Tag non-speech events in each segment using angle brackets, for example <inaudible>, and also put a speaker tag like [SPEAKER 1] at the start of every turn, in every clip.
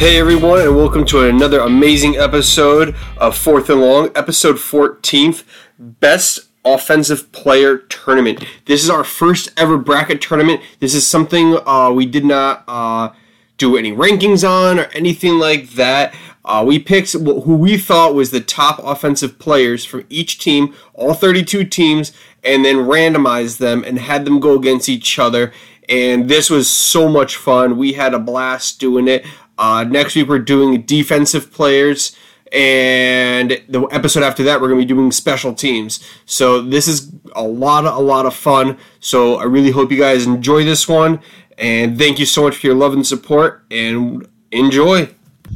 [SPEAKER 1] Hey everyone, and welcome to another amazing episode of Fourth and Long, episode 14th, Best Offensive Player Tournament. This is our first ever bracket tournament. This is something uh, we did not uh, do any rankings on or anything like that. Uh, we picked wh- who we thought was the top offensive players from each team, all 32 teams, and then randomized them and had them go against each other. And this was so much fun. We had a blast doing it. Uh, next week, we're doing defensive players. And the episode after that, we're going to be doing special teams. So this is a lot, of, a lot of fun. So I really hope you guys enjoy this one. And thank you so much for your love and support. And enjoy.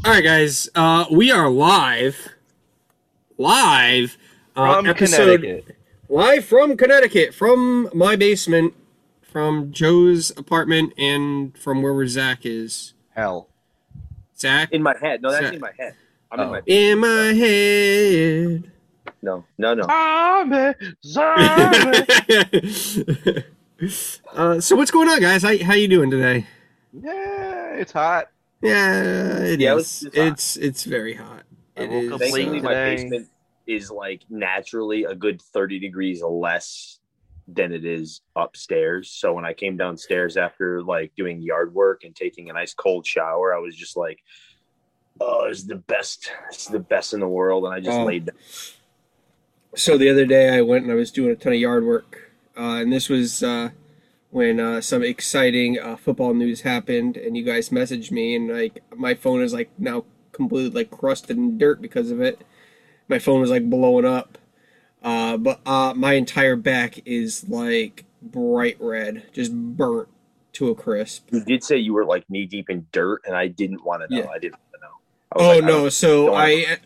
[SPEAKER 2] All right, guys. Uh, we are live, live uh,
[SPEAKER 3] from Connecticut.
[SPEAKER 2] live from Connecticut, from my basement, from Joe's apartment, and from wherever Zach is.
[SPEAKER 3] Hell.
[SPEAKER 2] Zach
[SPEAKER 4] In my head. No, that's
[SPEAKER 2] Sorry.
[SPEAKER 4] in my head. I'm in
[SPEAKER 3] Oh.
[SPEAKER 4] my
[SPEAKER 2] in my
[SPEAKER 3] <laughs>
[SPEAKER 2] head.
[SPEAKER 4] no, no, no.
[SPEAKER 3] Zombie,
[SPEAKER 2] <laughs>
[SPEAKER 3] zombie.
[SPEAKER 2] uh, so what's going on, guys? How how you doing today?
[SPEAKER 3] yeah, it's hot.
[SPEAKER 2] Yeah, it
[SPEAKER 4] Yeah,
[SPEAKER 2] is.
[SPEAKER 4] it's- it's hot.
[SPEAKER 2] It's, it's very hot.
[SPEAKER 3] I
[SPEAKER 2] It
[SPEAKER 3] woke up
[SPEAKER 2] is,
[SPEAKER 3] late
[SPEAKER 4] Thankfully, my
[SPEAKER 3] today.
[SPEAKER 4] basement is like naturally a good thirty degrees less than it is upstairs. So when I came downstairs after like doing yard work and taking a nice cold shower, I was just like, "Oh, it's the best! It's the best in the world!" And I just
[SPEAKER 2] Oh.
[SPEAKER 4] laid down.
[SPEAKER 2] So the other day I went and I was doing a ton of yard work, uh, and this was uh, when uh, some exciting uh, football news happened, and you guys messaged me, and like my phone is like now completely like crusted in dirt because of it. My phone was like blowing up, uh, but uh, my entire back is like bright red, just burnt to a crisp.
[SPEAKER 4] You did say you were like knee deep in dirt, and I didn't want to know.
[SPEAKER 2] Yeah.
[SPEAKER 4] I didn't want to know. I
[SPEAKER 2] Oh
[SPEAKER 4] was like, I
[SPEAKER 2] no!
[SPEAKER 4] don't-
[SPEAKER 2] So
[SPEAKER 4] don't
[SPEAKER 2] I,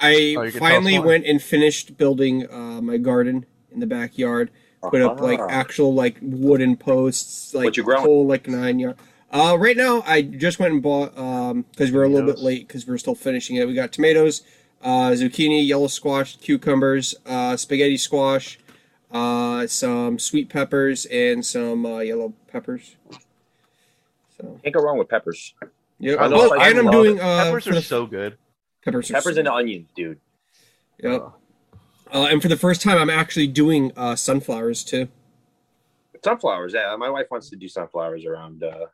[SPEAKER 2] I
[SPEAKER 3] Oh, you can
[SPEAKER 2] finally
[SPEAKER 3] toss one.
[SPEAKER 2] went and finished building uh, my garden in the backyard. Put up like
[SPEAKER 4] Uh-huh.
[SPEAKER 2] actual like wooden posts, like
[SPEAKER 4] you growing?
[SPEAKER 2] whole like nine yard. Uh, right now, I just went and bought um because we were a little bit
[SPEAKER 3] Tomatoes?
[SPEAKER 2] late because we are still finishing it. We got tomatoes, uh, zucchini, yellow squash, cucumbers, uh, spaghetti squash, uh, some sweet peppers, and some uh, yellow peppers. So
[SPEAKER 4] can't go wrong with peppers.
[SPEAKER 2] yeah,
[SPEAKER 3] I
[SPEAKER 2] oh,
[SPEAKER 3] love- I
[SPEAKER 2] and I'm
[SPEAKER 4] love
[SPEAKER 2] doing
[SPEAKER 4] it.
[SPEAKER 2] uh,
[SPEAKER 3] Peppers
[SPEAKER 2] for
[SPEAKER 3] are
[SPEAKER 2] the-
[SPEAKER 3] so good.
[SPEAKER 2] peppers, are
[SPEAKER 4] Peppers
[SPEAKER 2] so-
[SPEAKER 4] and onions, dude.
[SPEAKER 2] Yep. Uh, and for the first time, I'm actually doing uh, sunflowers too.
[SPEAKER 4] sunflowers. Yeah, my wife wants to do sunflowers around uh,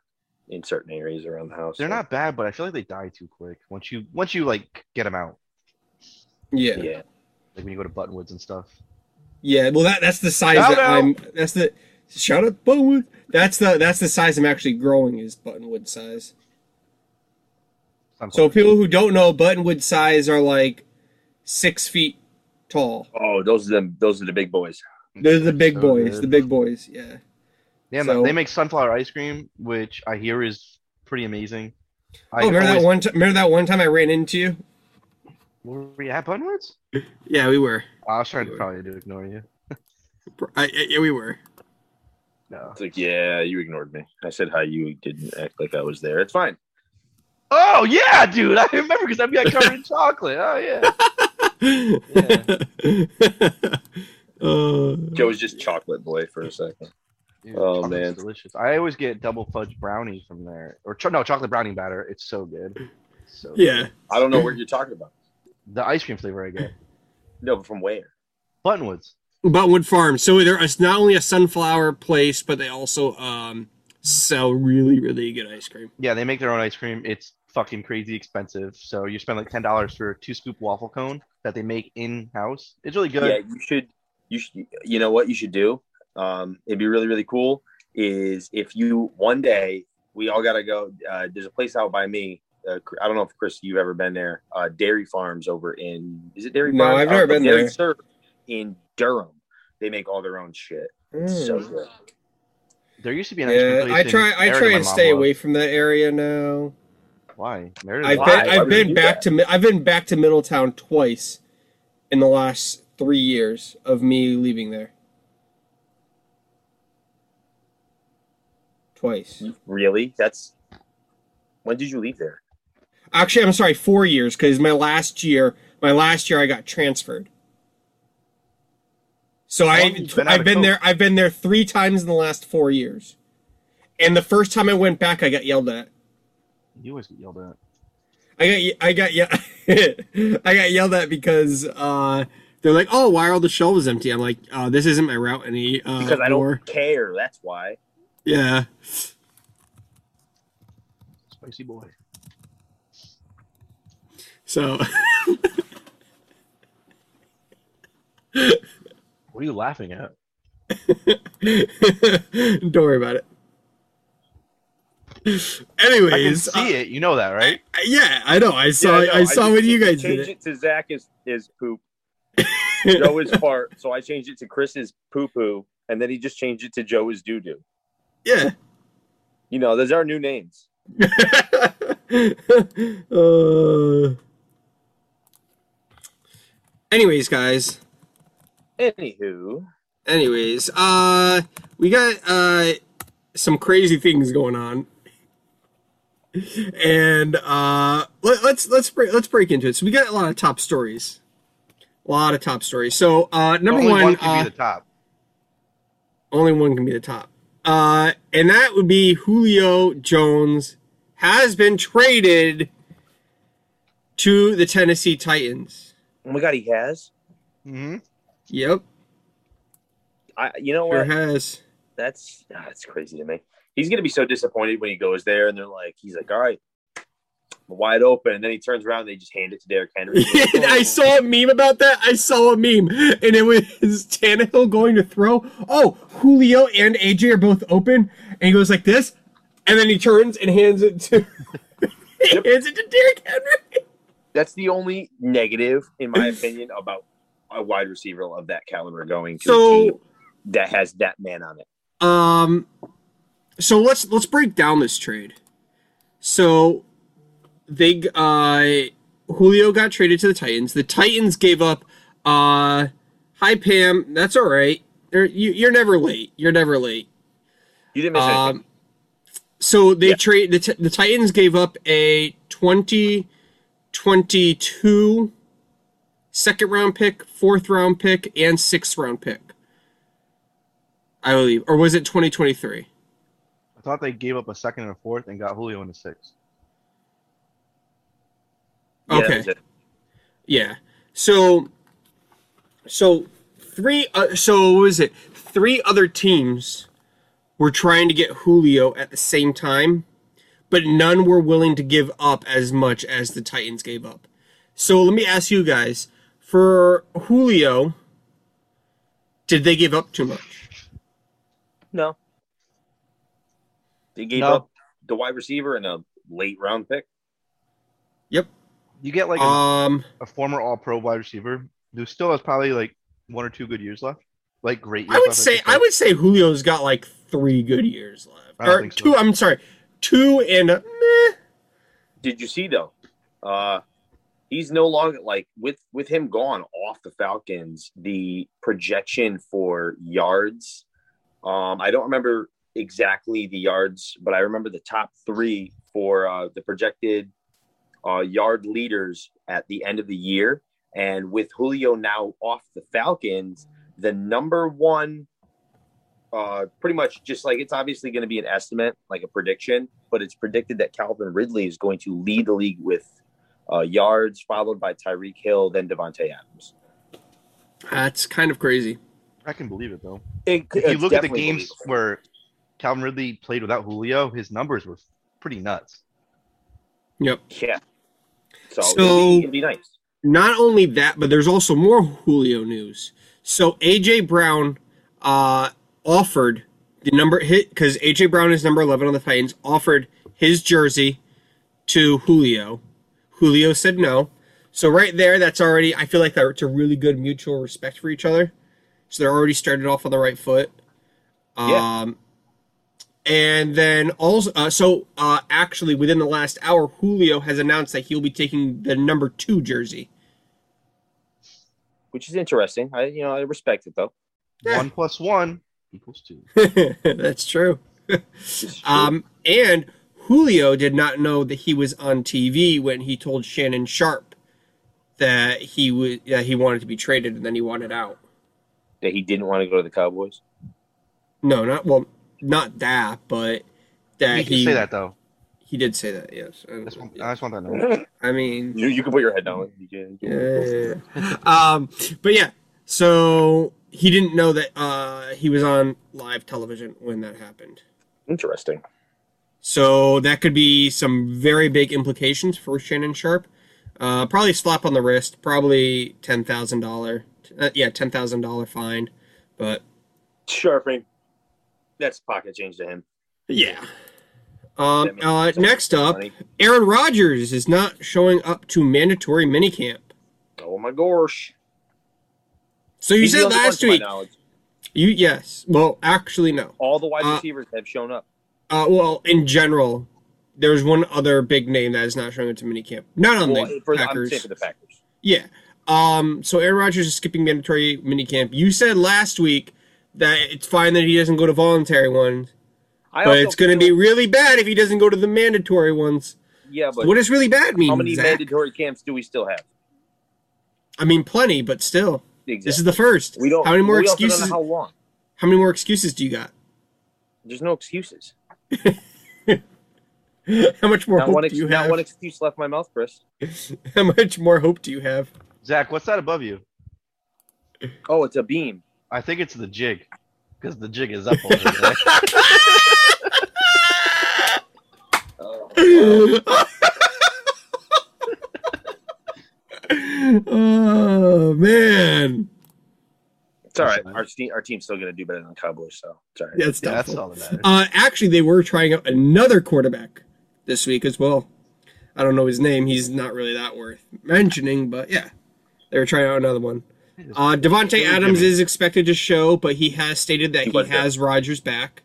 [SPEAKER 4] in certain areas around the house.
[SPEAKER 3] They're not bad, but I feel like they die too quick. Once you once you like get them out,
[SPEAKER 2] Yeah,
[SPEAKER 4] Yeah.
[SPEAKER 2] yeah.
[SPEAKER 3] like when you go to Buttonwoods and stuff.
[SPEAKER 2] well, that that's the size
[SPEAKER 3] Shout
[SPEAKER 2] that
[SPEAKER 3] out.
[SPEAKER 2] I'm. That's the shout out buttonwood. That's the that's the size I'm actually growing is buttonwood size. So
[SPEAKER 3] Sunflowers.
[SPEAKER 2] people who don't know, buttonwood size are like six feet tall.
[SPEAKER 4] Oh, those are the those are the big boys.
[SPEAKER 2] They're the big
[SPEAKER 3] So
[SPEAKER 2] boys.
[SPEAKER 3] good.
[SPEAKER 2] The big boys. Yeah.
[SPEAKER 3] Yeah,
[SPEAKER 2] so-
[SPEAKER 3] they make sunflower ice cream, which I hear is pretty amazing. I
[SPEAKER 2] oh, remember that
[SPEAKER 3] always-
[SPEAKER 2] one? T- remember that one time I ran into you?
[SPEAKER 3] Were we at Buttonwoods?
[SPEAKER 2] Yeah, we were.
[SPEAKER 3] I was trying to probably to ignore you.
[SPEAKER 2] I, yeah, we were.
[SPEAKER 3] No.
[SPEAKER 4] It's like, yeah, you ignored me. I said hi. You didn't act like I was there. It's fine.
[SPEAKER 3] Oh yeah, dude! I remember because I've got covered in chocolate. Oh yeah.
[SPEAKER 2] <laughs> Uh,
[SPEAKER 4] Joe was just chocolate boy for a second.
[SPEAKER 3] Dude,
[SPEAKER 4] Oh,
[SPEAKER 3] chocolate's
[SPEAKER 4] man.
[SPEAKER 3] delicious. I always get double fudge brownie from there, or cho- no chocolate brownie batter. It's so good. So
[SPEAKER 2] yeah.
[SPEAKER 4] I don't know what you're talking about.
[SPEAKER 3] good. the ice cream flavor I get
[SPEAKER 4] No, but from where?
[SPEAKER 3] Buttonwoods.
[SPEAKER 2] Buttonwood Farm. So there is not only a sunflower place, but they also um, sell really, really good ice cream.
[SPEAKER 3] Yeah, they make their own ice cream. It's fucking crazy expensive. So you spend like ten dollars for a two scoop waffle cone that they make in house. It's really
[SPEAKER 4] Yeah,
[SPEAKER 3] good.
[SPEAKER 4] you should. You should. You know what you should do? Um, it'd be really really cool. Is if you one day we all gotta go. Uh, there's a place out by me. Uh, I don't know if Chris you've ever been there. Uh, Dairy Farms over in is it Dairy
[SPEAKER 2] No,
[SPEAKER 4] Farms?
[SPEAKER 2] I've
[SPEAKER 4] Uh,
[SPEAKER 2] never been
[SPEAKER 4] Dairy
[SPEAKER 2] there.
[SPEAKER 4] Surf in Durham. They make all their own shit.
[SPEAKER 2] Hmm.
[SPEAKER 4] It's so good.
[SPEAKER 3] There used to be an ice cream
[SPEAKER 2] Yeah,
[SPEAKER 3] place
[SPEAKER 2] I try.
[SPEAKER 3] in
[SPEAKER 2] I
[SPEAKER 3] Merida
[SPEAKER 2] try
[SPEAKER 3] my
[SPEAKER 2] and
[SPEAKER 3] mom
[SPEAKER 2] stay
[SPEAKER 3] loved.
[SPEAKER 2] away from that area now.
[SPEAKER 3] Why? Merida
[SPEAKER 2] I've
[SPEAKER 4] Why?
[SPEAKER 2] been.
[SPEAKER 4] Why
[SPEAKER 2] I've
[SPEAKER 4] would
[SPEAKER 2] been
[SPEAKER 4] you do
[SPEAKER 2] back
[SPEAKER 4] that?
[SPEAKER 2] to. Mi- I've been back to Middletown twice, in the last three years of me leaving there. Twice.
[SPEAKER 4] Really? That's when did you leave there?
[SPEAKER 2] Actually, I'm sorry, four years because my last year, my last year, I got transferred. So I,
[SPEAKER 3] long have you Oh, been out
[SPEAKER 2] I've
[SPEAKER 3] of
[SPEAKER 2] been
[SPEAKER 3] Coke?
[SPEAKER 2] there. I've been there three times in the last four years, and the first time I went back, I got yelled at.
[SPEAKER 3] You always get yelled at.
[SPEAKER 2] I got ye- <laughs> I got yeah I got yelled at because uh, they're like, oh, why are all the shelves empty? I'm like, uh, this isn't my route any uh,
[SPEAKER 4] because I don't
[SPEAKER 2] more."
[SPEAKER 4] care. That's why.
[SPEAKER 2] Yeah,
[SPEAKER 3] Spicy boy.
[SPEAKER 2] so <laughs>
[SPEAKER 3] What are you laughing at?
[SPEAKER 2] don't worry about it.
[SPEAKER 3] I can
[SPEAKER 2] Anyways,
[SPEAKER 3] see it. You know that, right?
[SPEAKER 2] uh, yeah, I know. I saw
[SPEAKER 4] Yeah, no,
[SPEAKER 2] I saw
[SPEAKER 4] just
[SPEAKER 2] when you guys did
[SPEAKER 4] changed
[SPEAKER 2] it.
[SPEAKER 4] it to Zach is is poop.
[SPEAKER 2] <laughs>
[SPEAKER 4] Joe is fart, so I changed it to Chris's poo poo, and then he just changed it to Joe is doo doo.
[SPEAKER 2] Yeah. <laughs>
[SPEAKER 4] You know, those are new names.
[SPEAKER 2] uh, anyways, guys.
[SPEAKER 4] Anywho,
[SPEAKER 2] Anyways, uh, we got uh some crazy things going on, and uh, let, let's let's break let's break into it. So we got a lot of top stories, a lot of top stories. So uh, number
[SPEAKER 3] Only
[SPEAKER 2] one,
[SPEAKER 3] can
[SPEAKER 2] uh,
[SPEAKER 3] be the top.
[SPEAKER 2] only one can be the top. Uh, and that would be Julio Jones has been traded to the Tennessee Titans.
[SPEAKER 4] oh my god, he has.
[SPEAKER 2] Mm-hmm.
[SPEAKER 3] hmm
[SPEAKER 2] Yep,
[SPEAKER 4] I, you know
[SPEAKER 2] sure
[SPEAKER 4] what?
[SPEAKER 2] has. <laughs>
[SPEAKER 4] That's ah, that's crazy to me. He's gonna be so disappointed when he goes there, and they're like, he's like, all right, I'm wide open, and then he turns around, and they just hand it to Derrick Henry.
[SPEAKER 2] <laughs> I saw a meme about that. I saw a meme, and it was <laughs> Tannehill going to throw. Oh, Julio and AJ are both open, and he goes like this, and then he turns and hands it to <laughs>
[SPEAKER 4] Yep.
[SPEAKER 2] hands it to Derrick Henry.
[SPEAKER 4] That's the only negative,
[SPEAKER 2] <laughs>
[SPEAKER 4] in my opinion, about a wide receiver of that caliber going to a team
[SPEAKER 2] So
[SPEAKER 4] that has that man on it.
[SPEAKER 2] Um, so let's let's break down this trade. So they uh Julio got traded to the Titans. The Titans gave up uh hi Pam, that's all right. They're- you, you're never late. You're never late.
[SPEAKER 4] You didn't miss anything.
[SPEAKER 2] Um, so they
[SPEAKER 4] Yeah.
[SPEAKER 2] trade the, Ti- the Titans gave up a 2022 second round pick, fourth round pick, and sixth round pick. I believe, or was it 2023?
[SPEAKER 3] I thought they gave up a second and a fourth and got Julio in the sixth.
[SPEAKER 4] Yeah, that
[SPEAKER 2] okay.
[SPEAKER 4] was it.
[SPEAKER 2] Yeah. So, so three. Uh, so what was it? Three other teams were trying to get Julio at the same time, but none were willing to give up as much as the Titans gave up. So let me ask you guys: for Julio, did they give up too much?
[SPEAKER 4] No. They gave
[SPEAKER 3] No.
[SPEAKER 4] up the wide receiver and a late round pick.
[SPEAKER 2] Yep.
[SPEAKER 3] You get like a
[SPEAKER 2] Um.
[SPEAKER 3] a former All Pro wide receiver who still has probably like one or two good years left, like great. Years
[SPEAKER 2] I would
[SPEAKER 3] left,
[SPEAKER 2] say
[SPEAKER 3] should
[SPEAKER 2] I would say Julio's got like three good years left,
[SPEAKER 3] I don't
[SPEAKER 2] or
[SPEAKER 3] think so.
[SPEAKER 2] two. I'm sorry, two and uh, a, meh.
[SPEAKER 4] Did you see though? Uh he's no longer like with with him gone off the Falcons, the projection for yards. Um I don't remember exactly the yards, but I remember the top 3 for uh the projected uh yard leaders at the end of the year and with Julio now off the Falcons, the number one uh, pretty much just like it's obviously going to be an estimate, like a prediction, but it's predicted that Calvin Ridley is going to lead the league with uh, yards, followed by Tyreek Hill, then Devontae Adams.
[SPEAKER 2] That's kind of crazy.
[SPEAKER 3] I can believe it though.
[SPEAKER 4] It,
[SPEAKER 3] If you look at the games where Calvin Ridley played without Julio, his numbers were pretty nuts.
[SPEAKER 2] Yep.
[SPEAKER 4] yeah, so,
[SPEAKER 2] So-
[SPEAKER 4] it'll, be, it'll be nice.
[SPEAKER 2] Not only that, but there's also more Julio news. So AJ Brown uh, offered the number hit because AJ Brown is number 11 on the Titans. Offered his jersey to Julio. Julio said no. So right there, that's already. I feel like that's a really good mutual respect for each other. So they're already started off on the right foot.
[SPEAKER 4] Yeah.
[SPEAKER 2] Um, and then also, uh, so uh, actually, within the last hour, Julio has announced that he'll be taking the number two jersey.
[SPEAKER 4] Which is interesting. I, you know, I respect it though.
[SPEAKER 2] Yeah.
[SPEAKER 3] One plus one equals two.
[SPEAKER 2] <laughs> That's true. Um, and Julio did not know that he was on TV when he told Shannon Sharp that he would that he wanted to be traded and then he wanted out.
[SPEAKER 4] that he didn't want to go to the Cowboys.
[SPEAKER 2] No, not well, not that, but that
[SPEAKER 3] you
[SPEAKER 2] he
[SPEAKER 3] can say that though.
[SPEAKER 2] he He did say that. Yes. I-
[SPEAKER 3] I just want, I just want that number.
[SPEAKER 4] you
[SPEAKER 2] I mean,
[SPEAKER 4] you can put your head down. You can, you can-
[SPEAKER 2] yeah. um, but yeah. So he didn't know that uh, he was on live television when that happened.
[SPEAKER 4] Interesting.
[SPEAKER 2] So that could be some very big implications for Shannon Sharp. Uh, probably slap on the wrist. Probably ten thousand dollar. Uh, yeah, ten thousand dollar fine. But
[SPEAKER 4] Sharping. That's pocket change to him.
[SPEAKER 2] yeah. Um,
[SPEAKER 4] That
[SPEAKER 2] uh,
[SPEAKER 4] makes sense.
[SPEAKER 2] next up,
[SPEAKER 4] Money.
[SPEAKER 2] Aaron Rodgers is not showing up to mandatory minicamp.
[SPEAKER 4] Oh my gosh.
[SPEAKER 2] So you
[SPEAKER 4] He's the
[SPEAKER 2] said
[SPEAKER 4] only one,
[SPEAKER 2] last
[SPEAKER 4] to my
[SPEAKER 2] week.
[SPEAKER 4] knowledge.
[SPEAKER 2] You yes. Well, actually, no.
[SPEAKER 4] all the wide
[SPEAKER 2] Uh,
[SPEAKER 4] receivers have shown up.
[SPEAKER 2] Uh, well, in general, there's one other big name that is not showing up to minicamp. Not on
[SPEAKER 4] Well,
[SPEAKER 2] the
[SPEAKER 4] for, I'm
[SPEAKER 2] Packers.
[SPEAKER 4] saying for the Packers.
[SPEAKER 2] yeah. Um. So Aaron Rodgers is skipping mandatory minicamp. You said last week that it's fine that he doesn't go to voluntary ones,
[SPEAKER 4] I
[SPEAKER 2] but
[SPEAKER 4] also
[SPEAKER 2] it's going to be
[SPEAKER 4] feel-
[SPEAKER 2] really bad if he doesn't go to the mandatory ones.
[SPEAKER 4] yeah. But
[SPEAKER 2] what does really bad mean?
[SPEAKER 4] how many
[SPEAKER 2] Zach?
[SPEAKER 4] mandatory camps do we still have?
[SPEAKER 2] I mean, plenty, but still,
[SPEAKER 4] Exactly.
[SPEAKER 2] this is the first.
[SPEAKER 4] we don't.
[SPEAKER 2] How many more
[SPEAKER 4] we also don't know
[SPEAKER 2] excuses?
[SPEAKER 4] how
[SPEAKER 2] How-,
[SPEAKER 4] long?
[SPEAKER 2] many more excuses do you got? <laughs>
[SPEAKER 4] There's no excuses.
[SPEAKER 2] How much more
[SPEAKER 4] Not
[SPEAKER 2] hope
[SPEAKER 4] one,
[SPEAKER 2] do
[SPEAKER 4] ex-
[SPEAKER 2] you
[SPEAKER 4] not
[SPEAKER 2] have?
[SPEAKER 4] one excuse left my mouth, Chris.
[SPEAKER 2] <laughs> How much more hope do you have? <laughs>
[SPEAKER 3] Zach, what's that above you?
[SPEAKER 4] Oh, it's a beam.
[SPEAKER 3] I think it's the jig, because the jig is up over
[SPEAKER 2] <laughs>
[SPEAKER 3] there.
[SPEAKER 4] Oh,
[SPEAKER 2] oh man,
[SPEAKER 4] it's all right.
[SPEAKER 3] That's fine.
[SPEAKER 4] Our team, our team's still gonna do better than the Cowboys, so it's all right.
[SPEAKER 2] that's
[SPEAKER 3] yeah, that's
[SPEAKER 2] doubtful.
[SPEAKER 3] all that matters.
[SPEAKER 2] Uh, actually, they were trying out another quarterback this week as well. I don't know his name; he's not really that worth mentioning, but yeah, they were trying out another one. Uh, Devonte Adams is expected to show, but he has stated that
[SPEAKER 4] He
[SPEAKER 2] he
[SPEAKER 4] was there.
[SPEAKER 2] has Rodgers back.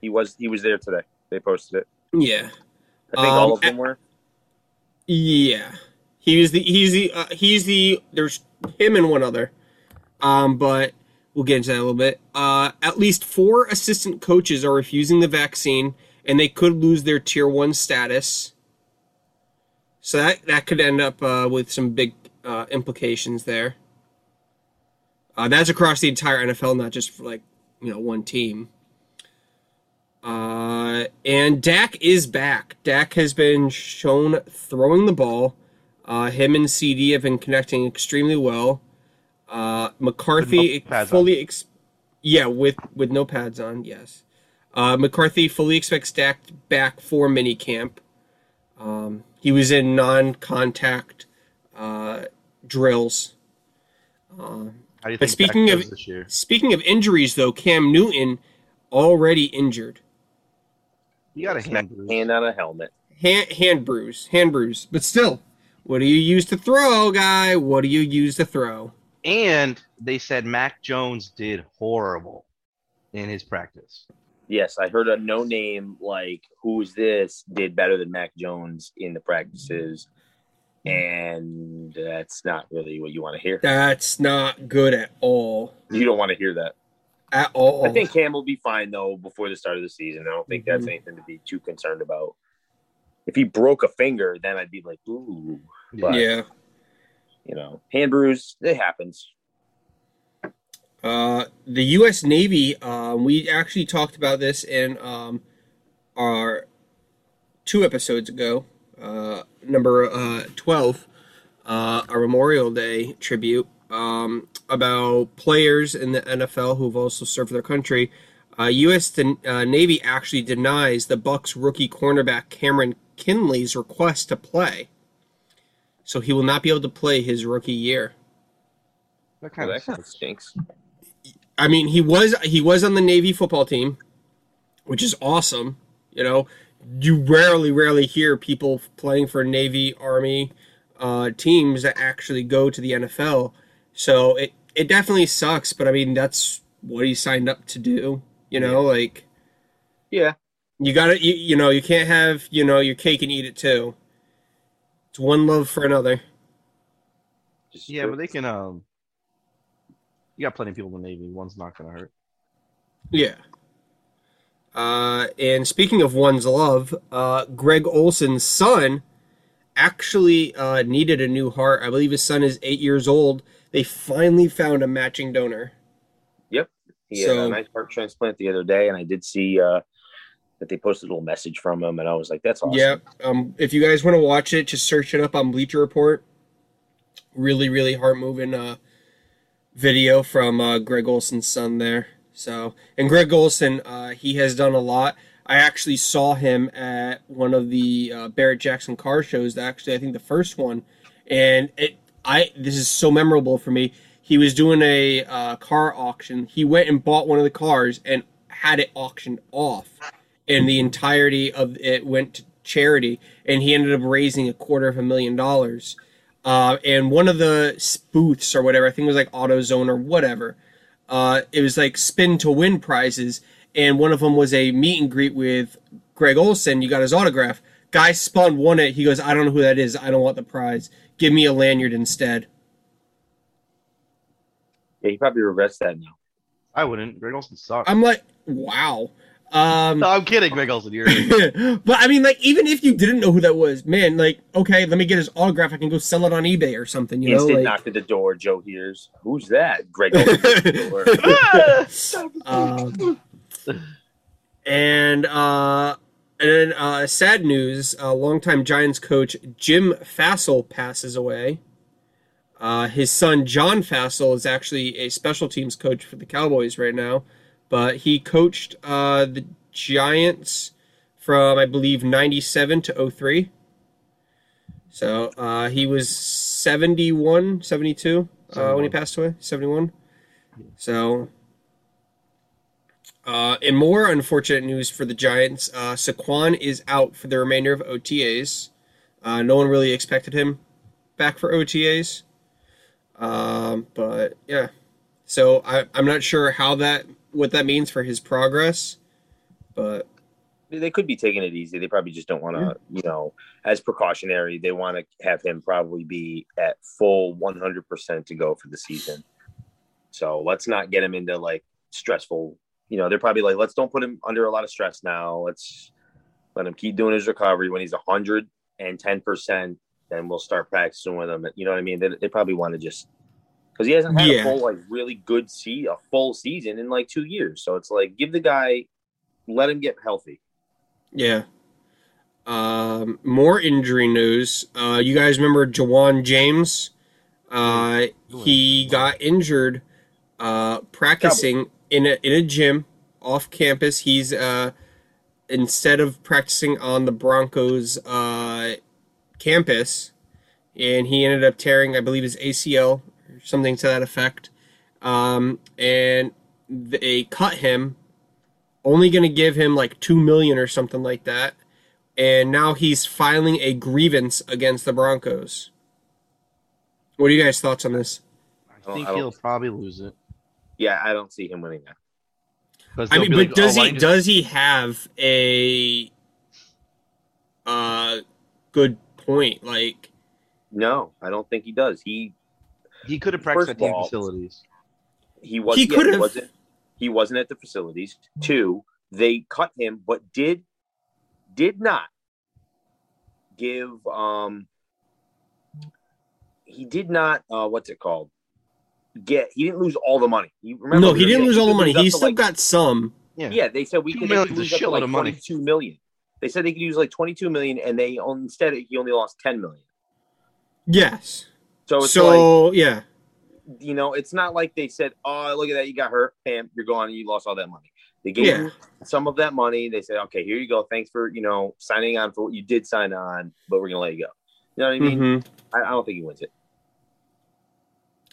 [SPEAKER 4] He was he was there today. They posted it.
[SPEAKER 2] Yeah,
[SPEAKER 4] I
[SPEAKER 2] Um,
[SPEAKER 4] think all of them were.
[SPEAKER 2] yeah. He was the he's the uh, he's the there's him and one other. Um, but we'll get into that in a little bit. Uh, at least four assistant coaches are refusing the vaccine, and they could lose their tier one status. So that that could end up uh, with some big uh, implications there. Uh, that's across the entire NFL, not just for like you know one team. Uh, and Dak is back. Dak has been shown throwing the ball. Uh, him and CD have been connecting extremely well. Uh, McCarthy
[SPEAKER 3] With no pads on.
[SPEAKER 2] fully, ex- yeah, with with no pads on, yes. Uh, McCarthy fully expects Dak back for minicamp. Um, he was in non-contact uh, drills. Um,
[SPEAKER 3] How do you
[SPEAKER 2] But
[SPEAKER 3] think
[SPEAKER 2] speaking
[SPEAKER 3] Dak
[SPEAKER 2] of-
[SPEAKER 3] does this year?
[SPEAKER 2] speaking of injuries, though, Cam Newton already injured.
[SPEAKER 3] You got a hand. bruise.
[SPEAKER 4] hand on a helmet.
[SPEAKER 2] hand, hand bruise, hand bruise. But still, what do you use to throw, guy? What do you use to throw?
[SPEAKER 3] And they said Mac Jones did horrible in his practice.
[SPEAKER 4] Yes, I heard a no name like who's this did better than Mac Jones in the practices, and that's not really what you want to hear.
[SPEAKER 2] That's not good at all.
[SPEAKER 4] You don't want to hear that.
[SPEAKER 2] At all.
[SPEAKER 4] I
[SPEAKER 3] Oh.
[SPEAKER 4] think Cam will be fine though before the start of the season. I don't think that's
[SPEAKER 2] Mhm.
[SPEAKER 3] Mm-hmm.
[SPEAKER 4] anything to be too concerned about. If he broke a finger, then I'd be like, ooh, But-
[SPEAKER 2] Yeah.
[SPEAKER 4] you know, hand bruise. It happens.
[SPEAKER 2] Uh, the U.S. Navy. Um, we actually talked about this in um, our two episodes ago, uh, number uh, twelve, uh, our Memorial Day tribute um, about players in the NFL who've also served their country. Uh, U.S. The, uh, Navy actually denies the Bucks rookie cornerback Cameron Kinley's request to play, so he will not be able to play his rookie year.
[SPEAKER 3] That kind
[SPEAKER 4] Well,
[SPEAKER 3] of
[SPEAKER 4] that kind of
[SPEAKER 3] sucks.
[SPEAKER 4] stinks.
[SPEAKER 2] I mean, he was he was on the Navy football team, which is awesome. You know, you rarely rarely hear people playing for Navy Army uh, teams that actually go to the NFL. So it it definitely sucks, but I mean that's what he signed up to do. You know, like
[SPEAKER 4] Yeah.
[SPEAKER 2] you gotta you, you know you can't have you know your cake and eat it too. It's one love for another.
[SPEAKER 4] Just
[SPEAKER 3] Yeah, but they can. Um, you got plenty of people in the Navy. One's not going to hurt.
[SPEAKER 2] Yeah. Uh, and speaking of one's love, uh, Greg Olson's son actually uh, needed a new heart. I believe his son is eight years old. They finally found a matching donor.
[SPEAKER 4] He had
[SPEAKER 2] So-
[SPEAKER 4] a nice heart transplant the other day, and I did see uh, that they posted a little message from him, and I was like, "That's awesome."
[SPEAKER 2] Yeah. Um, if you guys want to watch it, just search it up on Bleacher Report. Really, really heart moving uh, video from uh, Greg Olson's son there. So, and Greg Olson, uh, he has done a lot. I actually saw him at one of the uh, Barrett Jackson car shows. Actually, I think the first one, and it. I this is so memorable for me. He was doing a uh, car auction. He went and bought one of the cars and had it auctioned off, and the entirety of it went to charity. And he ended up raising a quarter of a million dollars. Uh, and one of the s- booths or whatever, I think it was like AutoZone or whatever. Uh, it was like spin to win prizes, and one of them was a meet and greet with Greg Olson. You got his autograph. Guy spun won it. He goes, I don't know who that is. I don't want the prize. Give me a lanyard instead.
[SPEAKER 4] yeah, he probably regrets that now.
[SPEAKER 3] I wouldn't. Greg Olson sucks.
[SPEAKER 2] I'm like, wow. Um,
[SPEAKER 3] no, I'm kidding, Greg Olson. You're
[SPEAKER 2] <laughs> but I mean, like, even if you didn't know who that was, man, like, okay, let me get his autograph. I can go sell it on eBay or something. You know,
[SPEAKER 4] Instant
[SPEAKER 2] like,
[SPEAKER 4] knock at the door. Joe hears, "Who's that?" Greg. Olson's
[SPEAKER 2] <laughs>
[SPEAKER 4] at the door.
[SPEAKER 2] Um, and uh, and then uh, sad news: uh, longtime Giants coach Jim Fassel passes away. Uh, his son John Fassel is actually a special teams coach for the Cowboys right now, but he coached uh, the Giants from I believe '97 to 03. So uh, he was 71, 72 uh, when he
[SPEAKER 3] 71.
[SPEAKER 2] passed away. 71. So uh, in more unfortunate news for the Giants, uh, Saquon is out for the remainder of OTAs. Uh, no one really expected him back for OTAs. Um, but yeah, so I, I'm not sure how that what that means for his progress, but
[SPEAKER 4] they could be taking it easy. They probably just don't want to, you know, as precautionary, they want to have him probably be at full 100% to go for the season. So let's not get him into like stressful, you know, they're probably like, let's don't put him under a lot of stress now. Let's let him keep doing his recovery. When he's 110%, then we'll start practicing with him. You know what I mean? They, they probably want to just, because he hasn't had
[SPEAKER 2] Yeah.
[SPEAKER 4] a full, like, really good see a full season in like two years. So it's like, give the guy, let him get healthy.
[SPEAKER 2] yeah. Um, more injury news. Uh, you guys remember Jawan James? Uh, he got injured uh, practicing in a, in a gym off campus. He's uh, instead of practicing on the Broncos uh, campus, and he ended up tearing, I believe, his ACL or something to that effect. Um, and they cut him, only going to give him like two million or something like that. And now he's filing a grievance against the Broncos. What are you guys' thoughts on this?
[SPEAKER 3] I think
[SPEAKER 4] I don't-
[SPEAKER 3] he'll probably lose it.
[SPEAKER 4] Yeah, I don't see him winning that.
[SPEAKER 3] 'Cause
[SPEAKER 2] I
[SPEAKER 3] they'll
[SPEAKER 2] mean,
[SPEAKER 3] be
[SPEAKER 2] but
[SPEAKER 3] like,
[SPEAKER 2] does
[SPEAKER 3] "Oh,
[SPEAKER 2] he
[SPEAKER 3] Lions is
[SPEAKER 2] does he have a uh good point? Like,
[SPEAKER 4] No, I don't think he does. He
[SPEAKER 3] He could have
[SPEAKER 4] First
[SPEAKER 3] practiced at
[SPEAKER 4] of
[SPEAKER 3] team
[SPEAKER 4] all-
[SPEAKER 3] facilities.
[SPEAKER 4] he was
[SPEAKER 2] He
[SPEAKER 4] yeah,
[SPEAKER 2] could've-
[SPEAKER 4] wasn't he wasn't at the facilities. Two, they cut him, but did did not give um he did not uh what's it called? Get he didn't lose all the money. You remember
[SPEAKER 2] no,
[SPEAKER 4] we
[SPEAKER 2] he
[SPEAKER 4] were
[SPEAKER 2] didn't
[SPEAKER 4] saying
[SPEAKER 2] lose all the
[SPEAKER 4] could
[SPEAKER 2] money.
[SPEAKER 4] up
[SPEAKER 2] He
[SPEAKER 4] to,
[SPEAKER 2] still
[SPEAKER 4] like,
[SPEAKER 2] got some.
[SPEAKER 3] Yeah.
[SPEAKER 4] Yeah, they said we
[SPEAKER 3] Two
[SPEAKER 4] could
[SPEAKER 3] million's a
[SPEAKER 4] lose up to
[SPEAKER 3] shitload
[SPEAKER 4] like
[SPEAKER 3] of money.
[SPEAKER 4] 22 million. They said they could use like 22 million and they on- instead he only lost 10 million.
[SPEAKER 2] Yes.
[SPEAKER 4] So it's like
[SPEAKER 2] So yeah,
[SPEAKER 4] you know, it's not like they said, "Oh, look at that, you got hurt, bam, you're gone, and you lost all that money." They gave
[SPEAKER 2] Yeah.
[SPEAKER 4] him some of that money. They said, "Okay, here you go. Thanks for you know signing on for what you did sign on, but we're gonna let you go." You know what I mean?
[SPEAKER 2] mhm.
[SPEAKER 4] I, I don't think he wins it.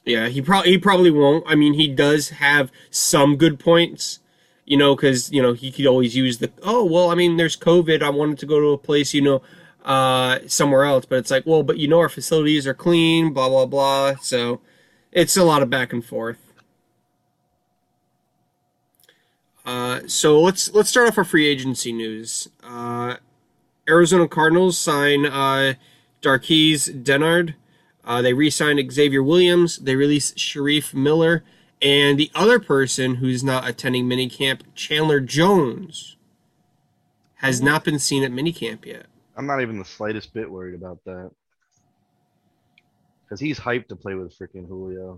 [SPEAKER 2] yeah. He probably he probably won't. I mean, he does have some good points, you know, because you know he could always use the oh well. I mean, there's COVID. I wanted to go to a place, you know, uh, somewhere else, but it's like well, but you know, our facilities are clean, blah blah blah. So it's a lot of back and forth. Uh, so let's let's start off our free agency news. Uh, Arizona Cardinals sign uh, Darquise Denard. Uh, they re-signed Xavier Williams. They released Sharif Miller and the other person who's not attending minicamp, Chandler Jones, has not been seen at minicamp yet.
[SPEAKER 3] I'm not even the slightest bit worried about that. Because he's hyped to play with freaking Julio.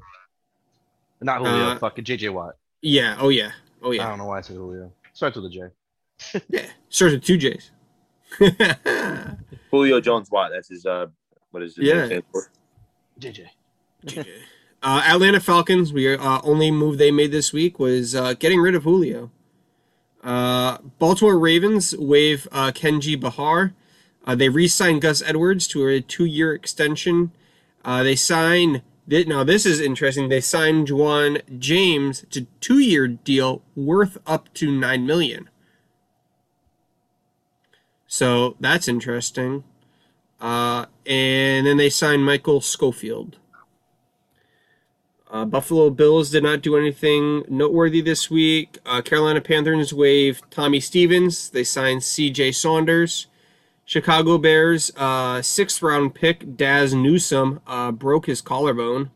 [SPEAKER 3] Not Julio,
[SPEAKER 2] Uh,
[SPEAKER 3] fucking JJ Watt.
[SPEAKER 2] Yeah. Oh yeah. Oh
[SPEAKER 3] I
[SPEAKER 2] yeah.
[SPEAKER 3] don't know why I said Julio. Starts with a J.
[SPEAKER 2] Yeah, starts with two J's. <laughs>
[SPEAKER 4] Julio Jones Watt. That's his. Uh, what is his
[SPEAKER 2] Yeah.
[SPEAKER 4] name stand for?
[SPEAKER 3] JJ.
[SPEAKER 2] Uh, Atlanta Falcons. We uh, only move they made this week was uh, getting rid of Julio. Uh, Baltimore Ravens waive uh, Kenji Bahar. Uh, they re-sign Gus Edwards to a two-year extension. Uh, they sign thi- now. This is interesting. They signed Juwan James to two-year deal worth up to nine million. So that's interesting. Uh, and then they signed Michael Schofield. Uh, Buffalo Bills did not do anything noteworthy this week. Uh, Carolina Panthers waive Tommy Stevens. They signed C.J. Saunders. Chicago Bears uh, sixth round pick Daz Newsome uh, broke his collarbone,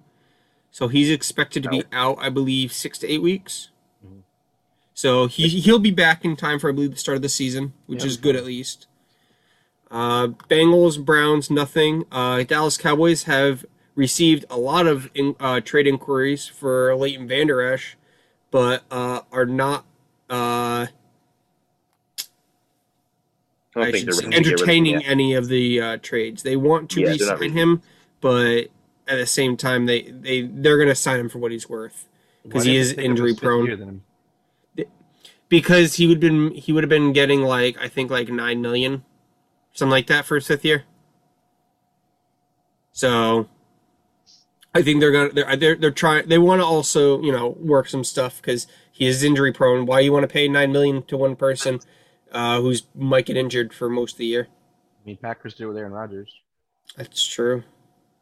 [SPEAKER 2] so he's expected to be out, I believe, six to eight weeks. So he he'll be back in time for I believe the start of the season, which
[SPEAKER 3] Yeah.
[SPEAKER 2] is good at least. Uh, Bengals Browns nothing. Uh, Dallas Cowboys have received a lot of in, uh, trade inquiries for Leighton Vander Esch, but uh, are not uh,
[SPEAKER 4] I don't
[SPEAKER 2] I
[SPEAKER 4] think
[SPEAKER 2] should
[SPEAKER 4] they're
[SPEAKER 2] say,
[SPEAKER 4] gonna get rid of him
[SPEAKER 2] entertaining
[SPEAKER 4] yet.
[SPEAKER 2] any of the uh, trades. They want to
[SPEAKER 4] Yeah, they're not
[SPEAKER 2] re-sign him, but at the same time, they they they're going to sign him for what he's worth because he is injury prone. Because he would been he would have been getting like I think like nine million, something like that for his fifth year. So, I think they're gonna they're they're, they're trying they want to also you know work some stuff because he is injury prone. Why you want to pay nine million to one person uh, who's might get injured for most of the year?
[SPEAKER 3] I mean, Packers do it with Aaron Rodgers.
[SPEAKER 2] That's true.